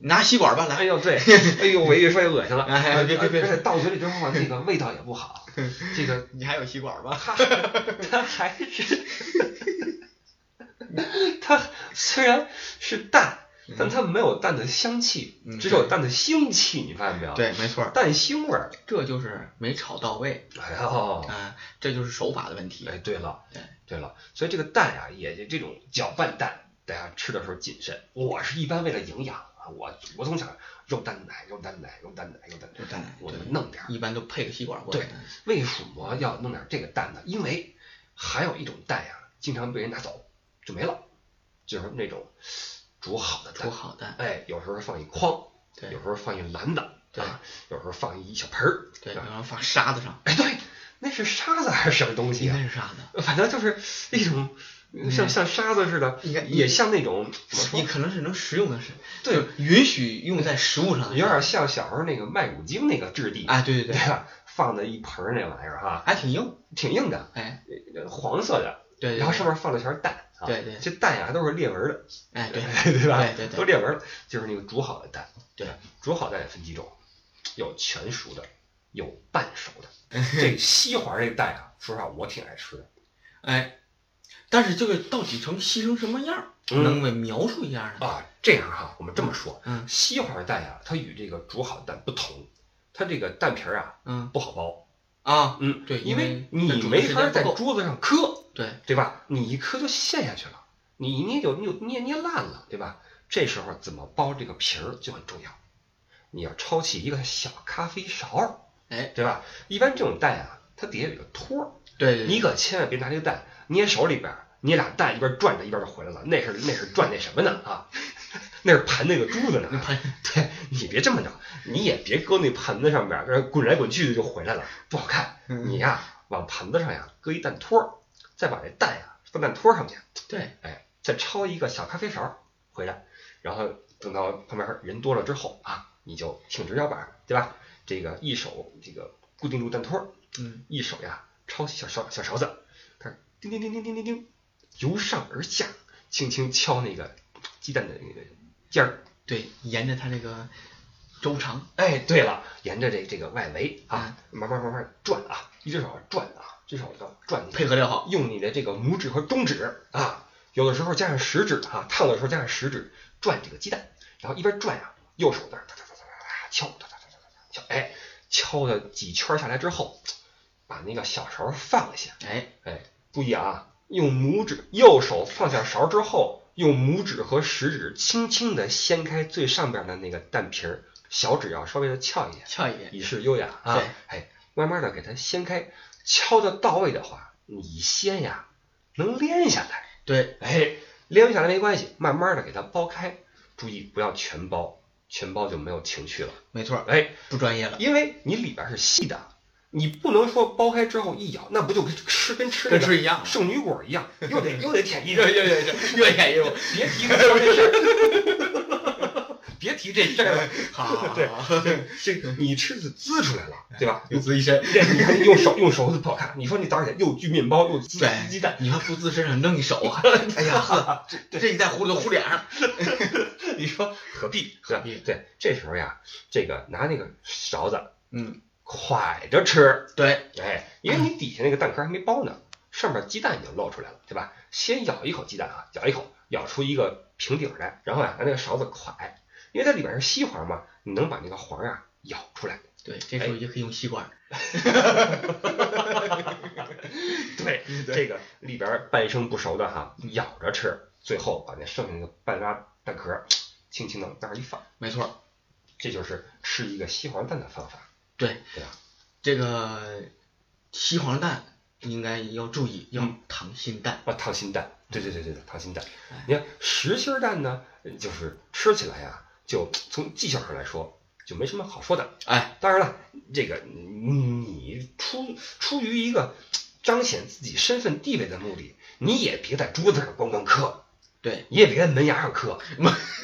Speaker 2: 拿吸管吧，
Speaker 1: 哎
Speaker 2: 来，
Speaker 1: 呦， 对，哎呦，我一说恶心了。
Speaker 2: 哎别别别嗯
Speaker 1: 而且到嘴里之后，那个味道也不 好。这个
Speaker 2: 你还有吸管吧？
Speaker 1: 他他还是他虽然是蛋，但它没有蛋的香气，
Speaker 2: 嗯
Speaker 1: 只有蛋的腥气，你发现没有？，
Speaker 2: 对，没错儿，
Speaker 1: 蛋腥味儿。
Speaker 2: 这就是没炒到位
Speaker 1: 哎 呦，
Speaker 2: 啊，这就是手法的问题
Speaker 1: 哎，。对了，
Speaker 2: 对
Speaker 1: 对了，所以这个蛋呀、也这种搅拌蛋，大家吃的时候谨慎。我是一般为了营养啊，我我总想肉蛋奶、肉蛋奶、肉蛋奶、肉蛋奶，
Speaker 2: 就蛋奶，
Speaker 1: 我
Speaker 2: 对
Speaker 1: 们，弄点儿。
Speaker 2: 一般都配个吸管过
Speaker 1: 对
Speaker 2: 来。
Speaker 1: 为什么要弄点这个蛋呢？因为还有一种蛋呀、经常被人拿走就没了，就是那种煮好的
Speaker 2: 煮
Speaker 1: 蛋。
Speaker 2: 好蛋，
Speaker 1: 哎，有时候放一筐，
Speaker 2: 对
Speaker 1: 有时候放一篮子，
Speaker 2: 对
Speaker 1: 啊，有时候放一小盆儿。
Speaker 2: 对，然后放沙子上，
Speaker 1: 哎，对，那是沙子还是什么东西
Speaker 2: 应
Speaker 1: 啊
Speaker 2: 该？是沙子，
Speaker 1: 反正就是一种像像沙子似的，
Speaker 2: 嗯应该嗯
Speaker 1: 也像那种怎么
Speaker 2: 你
Speaker 1: 说？
Speaker 2: 可能是能食用的是，
Speaker 1: 对
Speaker 2: 就允许用在食物上的，
Speaker 1: 有点像小时候那个麦乳精那个质地，
Speaker 2: 啊，对对
Speaker 1: 对
Speaker 2: 对，
Speaker 1: 吧？放的一盆儿那玩意儿哈，
Speaker 2: 还挺硬，
Speaker 1: 挺硬的，
Speaker 2: 哎，
Speaker 1: 呃黄色的，
Speaker 2: 对，对
Speaker 1: 然后
Speaker 2: 对
Speaker 1: 上面放了一圈蛋啊。
Speaker 2: 对对
Speaker 1: 这蛋呀都是裂纹的，
Speaker 2: 哎 对
Speaker 1: 对吧？
Speaker 2: 对对对
Speaker 1: 都裂纹的，就是那个煮好的蛋。
Speaker 2: 对，
Speaker 1: 煮好蛋也分几种，有全熟的，有半熟的。 这西环这个蛋啊，说实话我挺爱吃的。
Speaker 2: 哎，但是这个到底成稀成什么样儿，
Speaker 1: 嗯
Speaker 2: 能给描述一下呢？
Speaker 1: 啊，这样哈，我们这么说，
Speaker 2: 嗯
Speaker 1: 西环蛋呀、它与这个煮好的蛋不同，它这个蛋皮儿啊
Speaker 2: 嗯
Speaker 1: 不好剥，
Speaker 2: 啊，
Speaker 1: 嗯，
Speaker 2: 对，
Speaker 1: 因为
Speaker 2: 因为
Speaker 1: 你没法在
Speaker 2: 它煮的时间不够
Speaker 1: 桌子上磕，
Speaker 2: 对
Speaker 1: 对吧？你一磕就陷下去了，你一捏就就捏捏烂了，对吧？这时候怎么剥这个皮儿就很重要，你要抄起一个小咖啡勺儿，
Speaker 2: 哎
Speaker 1: 对吧？一般这种蛋啊，它底下有个托儿，
Speaker 2: 对对，
Speaker 1: 你可千万别拿这个蛋捏手里边儿，捏俩蛋一边转着一边就回来了，那是那是转那什么呢啊？ 那是盘那个珠子呢啊
Speaker 2: 那。盘
Speaker 1: 对你别这么整，你也别搁那盘子上边儿，让滚来滚去的就回来了，不好看。
Speaker 2: 嗯
Speaker 1: 你呀，往盘子上呀搁一蛋托儿，再把这蛋呀放蛋托儿上去，
Speaker 2: 对
Speaker 1: 哎，再抄一个小咖啡勺儿回来，然后等到旁边人多了之后啊，你就挺直腰板儿，对吧？这个一手这个固定住蛋托儿，
Speaker 2: 嗯
Speaker 1: 一手呀抄起小勺小勺子，开始叮叮叮叮叮叮叮，由上而下轻轻敲那个鸡蛋的那个尖儿。
Speaker 2: 对，沿着它这个周长，
Speaker 1: 哎，对了，沿着这这个外围啊
Speaker 2: 嗯，
Speaker 1: 慢慢慢慢转啊，一只手转啊，这手要转
Speaker 2: 配合料好，
Speaker 1: 用你的这个拇指和中指啊，有的时候加上食指啊，烫的时候加上食指转这个鸡蛋，然后一边转啊，右手在那儿哒哒哒哒哒哒敲，哒哒哒哒哒敲，哎，敲了几圈下来之后，把那个小勺放下，
Speaker 2: 哎
Speaker 1: 哎，注意啊，用拇指右手放下勺之后，用拇指和食指轻轻的掀开最上边的那个蛋皮儿，小指要稍微的翘一点，
Speaker 2: 翘一点，
Speaker 1: 以示优雅啊
Speaker 2: 对。
Speaker 1: 哎，慢慢的给它掀开，敲的到位的话，你一掀呀，能连下来。
Speaker 2: 对
Speaker 1: 哎，连不下来没关系，慢慢的给它剥开，注意不要全剥，全剥就没有情趣了。
Speaker 2: 没错儿，
Speaker 1: 哎，
Speaker 2: 不专业了，
Speaker 1: 因为你里边是细的，你不能说剥开之后一咬，那不就跟吃跟吃那
Speaker 2: 跟
Speaker 1: 个
Speaker 2: 吃一样了，
Speaker 1: 圣女果一样，又 得又得舔一
Speaker 2: 越
Speaker 1: 遍，
Speaker 2: 越越越越演越
Speaker 1: 别提这事儿， 别提这事儿了。
Speaker 2: 好好好
Speaker 1: 对
Speaker 2: 好，
Speaker 1: 这个你吃是滋出来了，对吧？
Speaker 2: 有自一身。
Speaker 1: 这你看用手用手指不好看，你说你早上又锯面包又滋
Speaker 2: 对，
Speaker 1: 鸡蛋，
Speaker 2: 你还不自身上弄一手啊！哎呀呵，这这一再糊就糊脸上。
Speaker 1: 你说何必？何
Speaker 2: 必
Speaker 1: 对，这时候呀，这个拿那个勺子
Speaker 2: 嗯，
Speaker 1: 蒯着吃，
Speaker 2: 对，
Speaker 1: 哎，因为你底下那个蛋壳还没剥呢，上面鸡蛋已经露出来了，对吧？先咬一口鸡蛋啊，咬一口，咬出一个平底儿来，然后呀、拿那个勺子蒯，因为它里边是稀黄嘛，你能把那个黄啊咬出来。
Speaker 2: 对，这时候就可以用吸管。
Speaker 1: 对，这个里边半生不熟的哈，咬着吃，最后把那剩下那个半拉蛋壳儿轻轻的往那儿一放，
Speaker 2: 没错，
Speaker 1: 这就是吃一个西黄蛋的方法。
Speaker 2: 对，
Speaker 1: 对吧？
Speaker 2: 这个西黄蛋应该要注意，要
Speaker 1: 嗯
Speaker 2: 溏心蛋。
Speaker 1: 啊，溏心蛋，对对对对对，溏心蛋。你看实心儿蛋呢，就是吃起来呀、就从技巧上来说就没什么好说的。
Speaker 2: 哎，
Speaker 1: 当然了，这个你你出出于一个彰显自己身份地位的目的，你也别在桌子上光光磕。
Speaker 2: 对，
Speaker 1: 你也别在门牙上磕，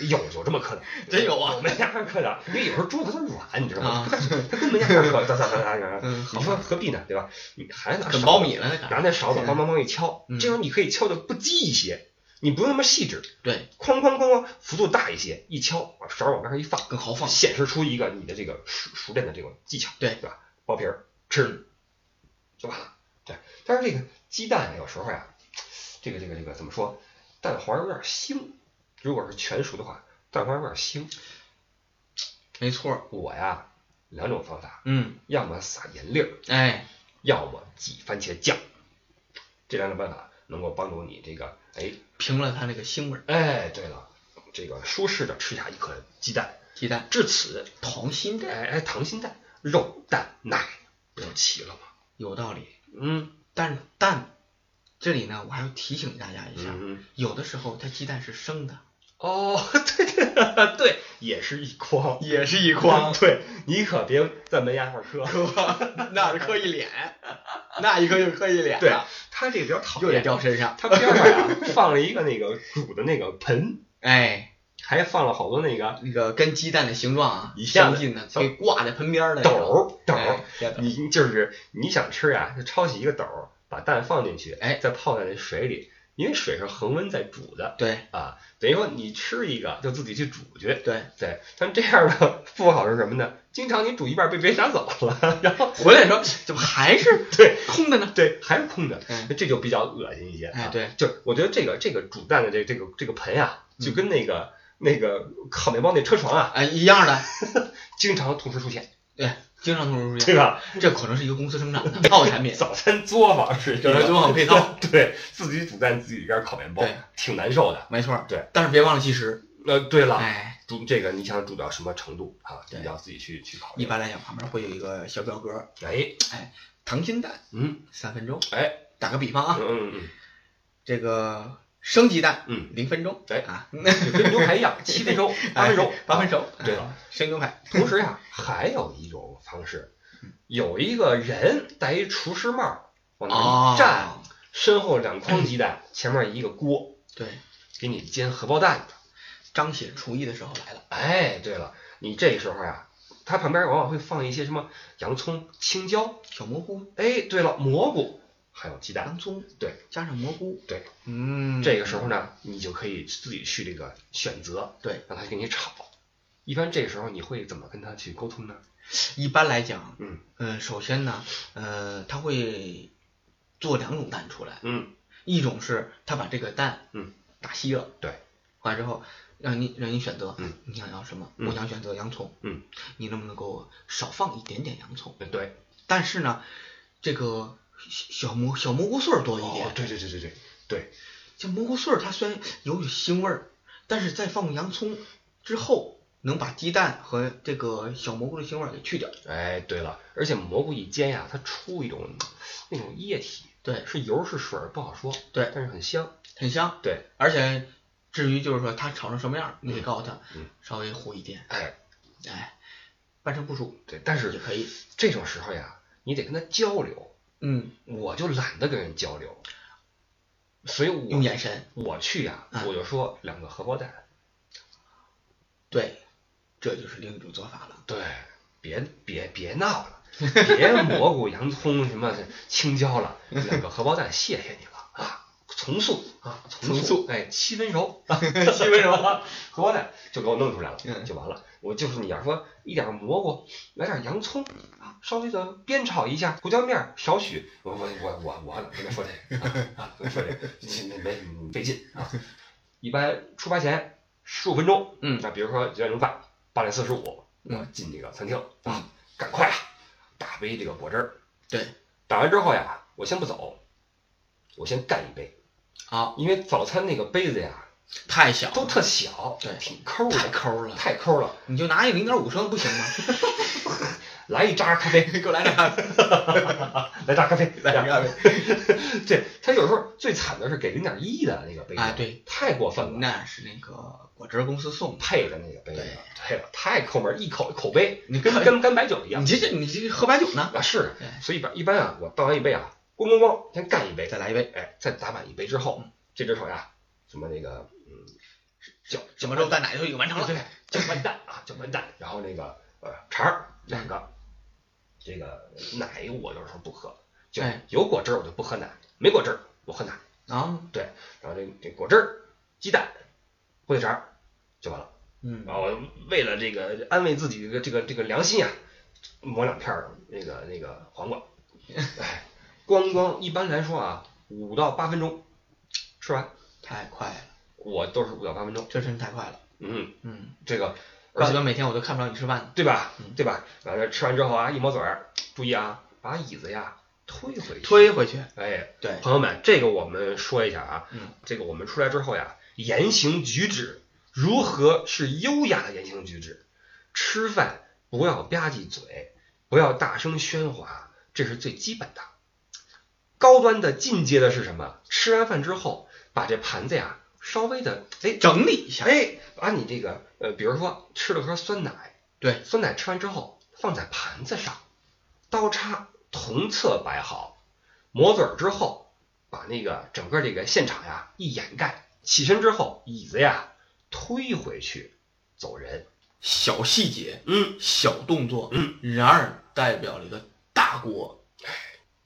Speaker 1: 有有这么磕的，
Speaker 2: 真有啊
Speaker 1: 门牙上磕的，因为有时候猪它它软，你知道吗
Speaker 2: 啊？
Speaker 1: 它它跟门牙上磕，哒哒哒哒哒
Speaker 2: 嗯好
Speaker 1: 你说何必呢，对吧？你还拿
Speaker 2: 啃
Speaker 1: 勺
Speaker 2: 苞
Speaker 1: 子
Speaker 2: 米了那感觉
Speaker 1: 拿那勺子梆梆梆一敲
Speaker 2: 啊嗯，
Speaker 1: 这样你可以敲的不羁一些，你不用那么细致，
Speaker 2: 对，
Speaker 1: 哐哐哐哐，幅度大一些，一敲，把勺往边上一放，
Speaker 2: 更豪放。
Speaker 1: 显示出一个你的这个熟熟练的这种技巧，
Speaker 2: 对
Speaker 1: 对吧？剥皮儿吃，就完了。对，但是这个鸡蛋有时候呀，这个这个这个怎么说？蛋黄有点腥，如果是全熟的话，蛋黄有点腥。
Speaker 2: 没错儿，
Speaker 1: 我呀，两种方法，
Speaker 2: 嗯，
Speaker 1: 要么撒盐粒儿，
Speaker 2: 哎，
Speaker 1: 要么挤番茄酱，这两种办法能够帮助你这个，哎
Speaker 2: 平了它那个腥味儿。
Speaker 1: 哎，对了，这个舒适的吃下一颗鸡蛋。
Speaker 2: 鸡蛋
Speaker 1: 至此，
Speaker 2: 溏心蛋
Speaker 1: 哎哎，溏心蛋、肉、蛋、奶，不就齐了吗？
Speaker 2: 有道理，
Speaker 1: 嗯
Speaker 2: 但是蛋这里呢，我还要提醒大家一下，
Speaker 1: 嗯，
Speaker 2: 有的时候它鸡蛋是生的，
Speaker 1: 哦， 对对 对，也是一筐，
Speaker 2: 也是一
Speaker 1: 对你可别在门牙上 磕。
Speaker 2: 那是磕一脸， 那一磕就磕一脸
Speaker 1: 对
Speaker 2: 了，
Speaker 1: 他这个比较讨
Speaker 2: 又得
Speaker 1: 厌，
Speaker 2: 掉身上。
Speaker 1: 他边上呀放了一个那个煮的那个盆，
Speaker 2: 哎，
Speaker 1: 还放了好多那个
Speaker 2: 那个跟鸡蛋的形状啊
Speaker 1: 一下
Speaker 2: 相
Speaker 1: 子
Speaker 2: 近的，可以挂在盆边儿的
Speaker 1: 斗儿斗儿
Speaker 2: 哎。别斗儿，
Speaker 1: 你就是你想吃呀，就抄起一个斗儿，把蛋放进去，
Speaker 2: 哎
Speaker 1: 再泡在那水里，因为水是恒温在煮的
Speaker 2: 对
Speaker 1: 啊，等于说你吃一个就自己去煮去，
Speaker 2: 对，
Speaker 1: 对，像这样的 不好是什么呢？经常你煮一半被别人拿走了，然后
Speaker 2: 回来的时候怎么还 是
Speaker 1: 对
Speaker 2: 空的呢？
Speaker 1: 对还是空的，
Speaker 2: 嗯
Speaker 1: 这就比较恶心一些、啊。
Speaker 2: 哎对，
Speaker 1: 就是我觉得这个这个煮蛋的这这个这个盆啊，
Speaker 2: 嗯
Speaker 1: 就跟那个、那个烤面包那车床啊，
Speaker 2: 哎，一样的，
Speaker 1: 经常同时出现，
Speaker 2: 对，经常同时出
Speaker 1: 对
Speaker 2: 现，
Speaker 1: 吧？
Speaker 2: 这可能是一个公司生 产的套产品，
Speaker 1: 早餐作坊是一
Speaker 2: 有人
Speaker 1: 个，
Speaker 2: 做好配套，
Speaker 1: 对自己煮蛋自己这儿烤面包
Speaker 2: 对，
Speaker 1: 挺难受的。
Speaker 2: 没错儿。
Speaker 1: 对，
Speaker 2: 但是别忘了计时。
Speaker 1: 呃，对了，
Speaker 2: 哎，
Speaker 1: 煮这个你想煮到什么程度啊？
Speaker 2: 对
Speaker 1: 你要自己去去考
Speaker 2: 一
Speaker 1: 虑。
Speaker 2: 般来讲旁边会有一个小表格，
Speaker 1: 哎，
Speaker 2: 溏心蛋
Speaker 1: 嗯，
Speaker 2: 三分钟，
Speaker 1: 哎，
Speaker 2: 打个比方
Speaker 1: 嗯
Speaker 2: 啊，
Speaker 1: 嗯嗯
Speaker 2: 这个生鸡蛋
Speaker 1: 嗯，
Speaker 2: 零分钟，
Speaker 1: 哎
Speaker 2: 啊，
Speaker 1: 就跟牛排一样，七分熟，八分熟
Speaker 2: 哎，八分熟，
Speaker 1: 对了
Speaker 2: 啊，生牛排，
Speaker 1: 同时呀，还有一种方式，有一个人戴一厨师帽往那
Speaker 2: 哦
Speaker 1: 一站，身后两筐鸡蛋，前面一个锅，
Speaker 2: 对，
Speaker 1: 给你煎荷包蛋。
Speaker 2: 彰显厨艺的时候来了，
Speaker 1: 哎，对了，你这时候呀，它旁边往往会放一些什么洋葱、青椒，
Speaker 2: 小蘑菇、
Speaker 1: 哎，对了，蘑菇，还有鸡蛋。
Speaker 2: 洋葱，
Speaker 1: 对，
Speaker 2: 加上蘑菇，
Speaker 1: 对，
Speaker 2: 嗯，
Speaker 1: 这个时候呢，你就可以自己去这个选择，
Speaker 2: 对，
Speaker 1: 让他给你炒。一般这时候你会怎么跟他去沟通呢？
Speaker 2: 一般来讲，
Speaker 1: 嗯
Speaker 2: 呃，首先呢，呃，他会做两种蛋出来，
Speaker 1: 嗯
Speaker 2: 一种是他把这个蛋，
Speaker 1: 嗯，
Speaker 2: 打稀了，
Speaker 1: 对，
Speaker 2: 完之后让你让你选择，
Speaker 1: 嗯，
Speaker 2: 你想要什么？
Speaker 1: 嗯
Speaker 2: 我想选择洋葱，
Speaker 1: 嗯，
Speaker 2: 你能不能给我少放一点点洋葱？
Speaker 1: 对，
Speaker 2: 但是呢，这个小小蘑小蘑菇碎儿多一点，
Speaker 1: 哦，对对对对对对，
Speaker 2: 这蘑菇碎儿它虽然有腥味儿，但是在放洋葱之后，能把鸡蛋和这个小蘑菇的腥味儿给去掉。
Speaker 1: 哎，对了，而且蘑菇一煎呀，它出一种那种液体，
Speaker 2: 对，
Speaker 1: 是油是水儿不好说，
Speaker 2: 对
Speaker 1: 但是很香。
Speaker 2: 很香。
Speaker 1: 对，
Speaker 2: 而且至于就是说它炒成什么样儿，你得告诉他
Speaker 1: 嗯
Speaker 2: 稍微糊一点，
Speaker 1: 哎，
Speaker 2: 哎，半成不熟
Speaker 1: 对，但
Speaker 2: 也
Speaker 1: 是
Speaker 2: 可以。
Speaker 1: 这种时候呀，你得跟他交流，
Speaker 2: 嗯，
Speaker 1: 我就懒得跟人交流，所以
Speaker 2: 用
Speaker 1: 我
Speaker 2: 眼神，
Speaker 1: 我去呀，
Speaker 2: 啊
Speaker 1: 我就说两个荷包蛋，
Speaker 2: 对，这就是另一种做法了。
Speaker 1: 对，别别别闹了，别蘑菇、洋葱什么青椒了，两个荷包蛋，谢谢你了啊。重塑啊，重
Speaker 2: 重塑
Speaker 1: 哎，七分 熟，七分熟，荷包蛋就给我弄出来了，
Speaker 2: 嗯
Speaker 1: 就完了。我就是你要说一点蘑菇，来点洋葱啊，稍微的煸炒一下，胡椒面儿少许。我我我我我不能说这个啊，啊不能说这个，你你没你费劲 啊。一般出发前十五分钟，
Speaker 2: 嗯
Speaker 1: 那比如说九点钟半，八点四十五，我
Speaker 2: 嗯
Speaker 1: 进这个餐厅
Speaker 2: 嗯
Speaker 1: 啊，赶快啊，打杯这个果汁儿。
Speaker 2: 对，
Speaker 1: 打完之后呀，我先不走，我先干一杯，
Speaker 2: 啊，
Speaker 1: 因为早餐那个杯子呀
Speaker 2: 太小了，
Speaker 1: 都特小，
Speaker 2: 对
Speaker 1: 挺抠儿
Speaker 2: 太
Speaker 1: 的，
Speaker 2: 抠了，
Speaker 1: 太抠了。
Speaker 2: 你就拿一零点五升不行吗？
Speaker 1: 来一扎咖啡，
Speaker 2: 给我 来点咖啡，
Speaker 1: 来扎咖啡，
Speaker 2: 啊 来
Speaker 1: 扎。
Speaker 2: 点 咖啡，
Speaker 1: 对他有时候最惨的是给零点一的那个杯子，
Speaker 2: 啊对，
Speaker 1: 太过分了。
Speaker 2: 那是那个果汁公司送的。
Speaker 1: 配的那个杯子。对了，太抠门，一口一口杯，
Speaker 2: 你
Speaker 1: 跟
Speaker 2: 看
Speaker 1: 跟干白酒一样
Speaker 2: 你。这这你这喝白酒呢？
Speaker 1: 啊，是
Speaker 2: 对，
Speaker 1: 所以一般一般啊，我倒完一杯啊，咣咣咣，先干一杯，
Speaker 2: 再来一杯，
Speaker 1: 哎，再打满一杯之后，这只手呀，什么那个，嗯，搅
Speaker 2: 什么时候蛋奶就已经完成了？
Speaker 1: 对，搅拌蛋啊，搅拌蛋，然后那个呃肠儿两个，这个奶我有时候不喝，就
Speaker 2: 哎
Speaker 1: 有果汁儿我就不喝奶，没果汁儿我喝奶，
Speaker 2: 啊，
Speaker 1: 对，然后这这果汁儿、鸡蛋、火腿肠儿就完了。
Speaker 2: 嗯
Speaker 1: 然后哦为了这个安慰自己这个这个这个良心啊，抹两片儿那个那个黄瓜，哎，光光一般来说啊，五到八分钟吃完，
Speaker 2: 太快了，
Speaker 1: 我都是五到八分钟，
Speaker 2: 这真太快了。
Speaker 1: 嗯，
Speaker 2: 嗯，
Speaker 1: 这个而
Speaker 2: 怪不
Speaker 1: 且
Speaker 2: 得每天我都看不着你吃饭。
Speaker 1: 对吧
Speaker 2: 嗯
Speaker 1: 对吧？完了吃完之后啊，一抹嘴儿，注意啊，把椅子呀推回去，，
Speaker 2: 推回去，
Speaker 1: 哎，
Speaker 2: 对，
Speaker 1: 朋友们，这个我们说一下啊，
Speaker 2: 嗯，
Speaker 1: 这个我们出来之后呀，言行举止如何是优雅的言行举止？吃饭不要吧唧嘴，不要大声喧哗，这是最基本的。高端的进阶的是什么？吃完饭之后，把这盘子呀稍微的哎
Speaker 2: 整理一下。
Speaker 1: 哎，把你这个呃，比如说吃了盒酸奶，
Speaker 2: 对，
Speaker 1: 酸奶吃完之后放在盘子上，刀叉同侧摆好，抹嘴儿之后，把那个整个这个现场呀一掩盖，起身之后椅子呀推回去走人。
Speaker 2: 小细节，
Speaker 1: 嗯，
Speaker 2: 小动作，
Speaker 1: 嗯，
Speaker 2: 然而代表了一个大国。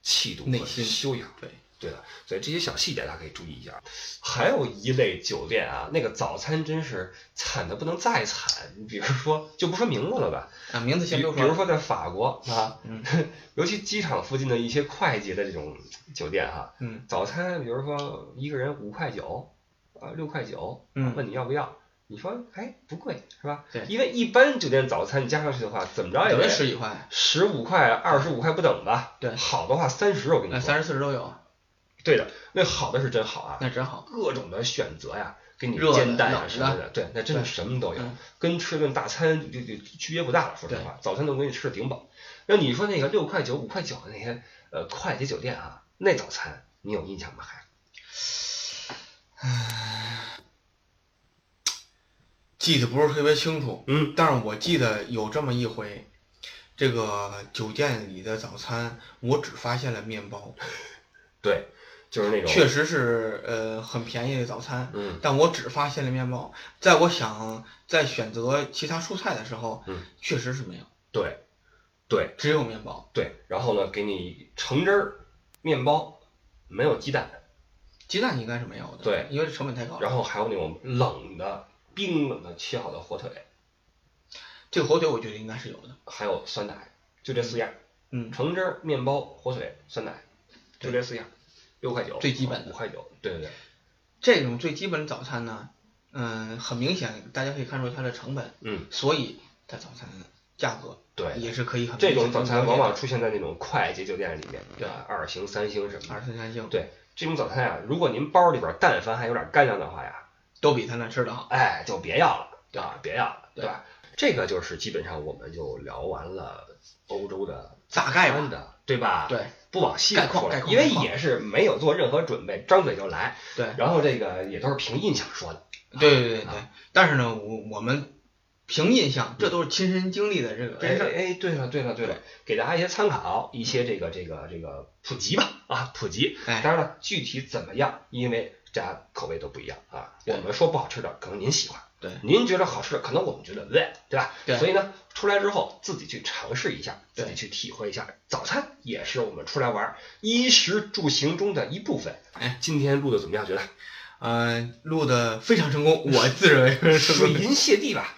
Speaker 1: 气度
Speaker 2: 内
Speaker 1: 和
Speaker 2: 心
Speaker 1: 修养。
Speaker 2: 对，
Speaker 1: 对的，所以这些小细节大家可以注意一下。还有一类酒店啊，那个早餐真是惨的不能再惨。你比如说，就不说名字了吧，
Speaker 2: 啊，名字先
Speaker 1: 比
Speaker 2: 不
Speaker 1: 比如
Speaker 2: 说，
Speaker 1: 说在法国啊，
Speaker 2: 嗯
Speaker 1: 尤其机场附近的一些快捷的这种酒店哈、
Speaker 2: 嗯
Speaker 1: 早餐比如说一个人五块九，啊六块九，
Speaker 2: 嗯
Speaker 1: 问你要不要，你说哎不贵是吧？
Speaker 2: 对
Speaker 1: 因为一般酒店早餐你加上去的话，怎么着也
Speaker 2: 有
Speaker 1: 得
Speaker 2: 的十几块，
Speaker 1: 十五块、二十五块不等吧？
Speaker 2: 对
Speaker 1: 好的话三十，我跟你
Speaker 2: 那
Speaker 1: 说，
Speaker 2: 三十四十都有，
Speaker 1: 对的，那好的是真好啊，
Speaker 2: 那真好。
Speaker 1: 各种的选择呀，给你
Speaker 2: 热的
Speaker 1: 煎蛋
Speaker 2: 冷
Speaker 1: 啊
Speaker 2: 的
Speaker 1: 什么的，对，那真的什么都有
Speaker 2: 嗯，
Speaker 1: 跟吃顿大餐就就区别不大了。说实话，早餐都给你吃的顶饱。那你说那个六块九、五块九的那些呃快捷酒店啊，那早餐你有印象吗？还
Speaker 2: 记得不是特别清楚，
Speaker 1: 嗯，
Speaker 2: 但是我记得有这么一回，这个酒店里的早餐，我只发现了面包，
Speaker 1: 对，就是那种
Speaker 2: 确实是呃很便宜的早餐，
Speaker 1: 嗯
Speaker 2: 但我只发现了面包。在我想在选择其他蔬菜的时候，
Speaker 1: 嗯，
Speaker 2: 确实是没有，
Speaker 1: 对对
Speaker 2: 只有面包、
Speaker 1: 对，然后呢，给你橙汁儿、面包，没有鸡蛋，
Speaker 2: 鸡蛋应该是没有的，
Speaker 1: 对
Speaker 2: 因为成本太高了。
Speaker 1: 然后还有那种冷的、冰冷的切好的火腿，
Speaker 2: 这个火腿我觉得应该是有的，
Speaker 1: 还有酸奶，就这四样。
Speaker 2: 嗯，
Speaker 1: 橙汁儿、面包、火腿、酸奶，就这四样，六块九，
Speaker 2: 最基本的
Speaker 1: 五块九，对对对，
Speaker 2: 这种最基本的早餐呢，嗯，很明显大家可以看出它的成本，
Speaker 1: 嗯，
Speaker 2: 所以它早餐价格
Speaker 1: 对，
Speaker 2: 也是可以很
Speaker 1: 这
Speaker 2: 明
Speaker 1: 种
Speaker 2: 显地
Speaker 1: 早餐
Speaker 2: 了解
Speaker 1: 往往出现在那种快捷酒店里面，
Speaker 2: 对
Speaker 1: 啊二星、三星什么
Speaker 2: 二
Speaker 1: 的，
Speaker 2: 三三星
Speaker 1: 对，这种早餐啊，如果您包里边但凡还有点干粮的话呀，
Speaker 2: 都比他那吃的好。
Speaker 1: 哎，就别要了，对吧？别要了，
Speaker 2: 对
Speaker 1: 对吧？这个就是基本上我们就聊完了欧洲的
Speaker 2: 大概吧
Speaker 1: 般的，对吧？，
Speaker 2: 对
Speaker 1: 不往细
Speaker 2: 概
Speaker 1: 了
Speaker 2: 况
Speaker 1: 说
Speaker 2: 概
Speaker 1: 了，
Speaker 2: 况
Speaker 1: 因为
Speaker 2: 概况
Speaker 1: 也是没有做任何准备，张嘴就来，
Speaker 2: 对
Speaker 1: 然后这个也都是凭印象说的，
Speaker 2: 对对对
Speaker 1: 啊
Speaker 2: 对，但是呢，我我们凭印象，这都是亲身经历的这个
Speaker 1: 嗯哎
Speaker 2: 真事儿。
Speaker 1: 哎，对了对了对了，给大家一些参考，一些这个这个这个普及吧啊，普及。当
Speaker 2: 哎，
Speaker 1: 然了，具体怎么样，因为大家口味都不一样啊。
Speaker 2: 对
Speaker 1: 我们说不好吃的，可能您喜欢；
Speaker 2: 对
Speaker 1: 您觉得好吃的，可能我们觉得对，对吧？
Speaker 2: 对
Speaker 1: 所以呢，出来之后自己去尝试一下，
Speaker 2: 对
Speaker 1: 自己去体会一下。早餐也是我们出来玩儿衣食住行中的一部分。
Speaker 2: 哎，
Speaker 1: 今天录的怎么样？觉得
Speaker 2: 嗯，录的非常成功，我自认为是成
Speaker 1: 水
Speaker 2: 功的
Speaker 1: 银泻地吧？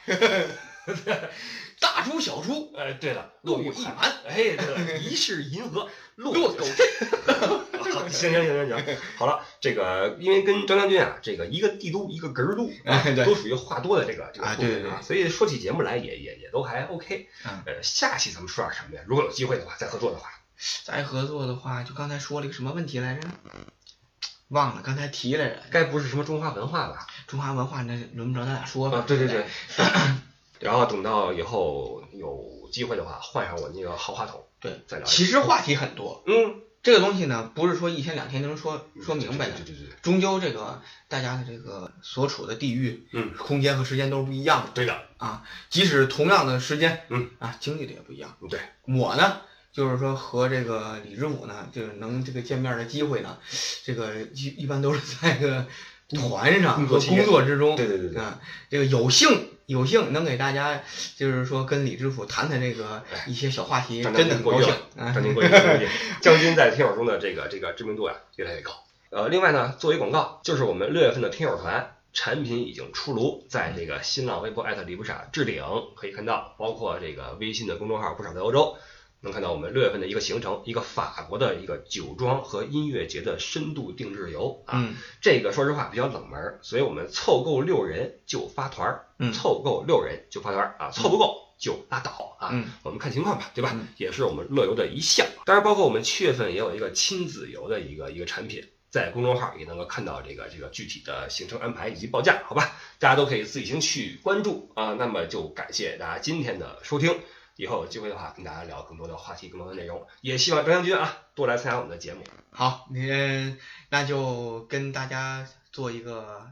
Speaker 2: 大出小出，
Speaker 1: 呃，对了，
Speaker 2: 陆
Speaker 1: 陆
Speaker 2: 羽
Speaker 1: 羽
Speaker 2: 汉
Speaker 1: 寒，哎，对了，疑是银 河，陆
Speaker 2: 落
Speaker 1: 狗
Speaker 2: 狗。
Speaker 1: 好行行行行行，好了，这个因为跟张将军啊，这个一个帝都一个哏儿都，啊
Speaker 2: 哎对
Speaker 1: 都属于话多的这个这个
Speaker 2: 啊
Speaker 1: 部分
Speaker 2: 对对
Speaker 1: 啊，
Speaker 2: 对
Speaker 1: 所以说起节目来也也也都还 OK
Speaker 2: 嗯。
Speaker 1: 呃，下期咱们说点什么呀？如果有机会的话，再合作的话，
Speaker 2: 再合作的话，就刚才说了一个什么问题来着？忘了，刚才提来着。
Speaker 1: 该不是什么中华文化吧？
Speaker 2: 中华文化那轮不着咱俩说吧
Speaker 1: 啊，？对对对。 然后等到以后有机会的话，换上我那个豪华桶，
Speaker 2: 对
Speaker 1: 再聊一下
Speaker 2: 其实话题很多，
Speaker 1: 嗯，
Speaker 2: 这个东西呢，不是说一天两天能说说明白的
Speaker 1: 对，对对对，
Speaker 2: 终究这个大家的这个所处的地域、
Speaker 1: 嗯，
Speaker 2: 空间和时间都是不一样的
Speaker 1: 对的，
Speaker 2: 啊。即使同样的时间，
Speaker 1: 嗯
Speaker 2: 啊，经历的也不一样。
Speaker 1: 对，
Speaker 2: 我呢，就是说和这个李师傅呢，就是能这个见面的机会呢，这个一一般都是在这个团上
Speaker 1: 工
Speaker 2: 和
Speaker 1: 作期间
Speaker 2: 工作之中，
Speaker 1: 对对对对
Speaker 2: 啊，这个有幸有幸能给大家，就是说跟李师傅谈谈这个一些小话题，
Speaker 1: 张
Speaker 2: 真的很
Speaker 1: 哎过
Speaker 2: 高
Speaker 1: 誉
Speaker 2: 兴
Speaker 1: 了，
Speaker 2: 啊
Speaker 1: 张。宁过誉了， 将军在听友中的这个这个知名度呀、越来越高。呃，另外呢，作为广告，就是我们六月份的听友团产品已经出炉，在这个新浪微博艾特李不傻置顶可以看到，包括这个微信的公众号“不傻在欧洲”，能看到我们六月份的一个行程，一个法国的一个酒庄和音乐节的深度定制游啊。
Speaker 2: 嗯
Speaker 1: 这个说实话比较冷门儿，所以我们凑够六人就发团儿，
Speaker 2: 嗯
Speaker 1: 凑够六人就发团儿啊，凑不够就拉倒啊，
Speaker 2: 嗯
Speaker 1: 我们看情况吧，对吧？
Speaker 2: 嗯
Speaker 1: 也是我们乐游的一项。当然，包括我们七月份也有一个亲子游的一个一个产品，在公众号也能够看到这个这个具体的行程安排以及报价，好吧？大家都可以自行去关注啊。那么就感谢大家今天的收听。以后有机会的话，跟大家聊更多的话题，更多的内容，也希望张将军啊多来参加我们的节目。
Speaker 2: 好，你那就跟大家做一个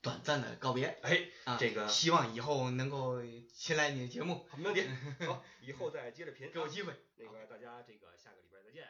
Speaker 2: 短暂的告别
Speaker 1: 哎，
Speaker 2: 啊，
Speaker 1: 这个
Speaker 2: 希望以后能够新来你的节目，
Speaker 1: 没问题，好，以后再接着评，啊
Speaker 2: 给我机会。
Speaker 1: 那个大家这个下个礼拜再见。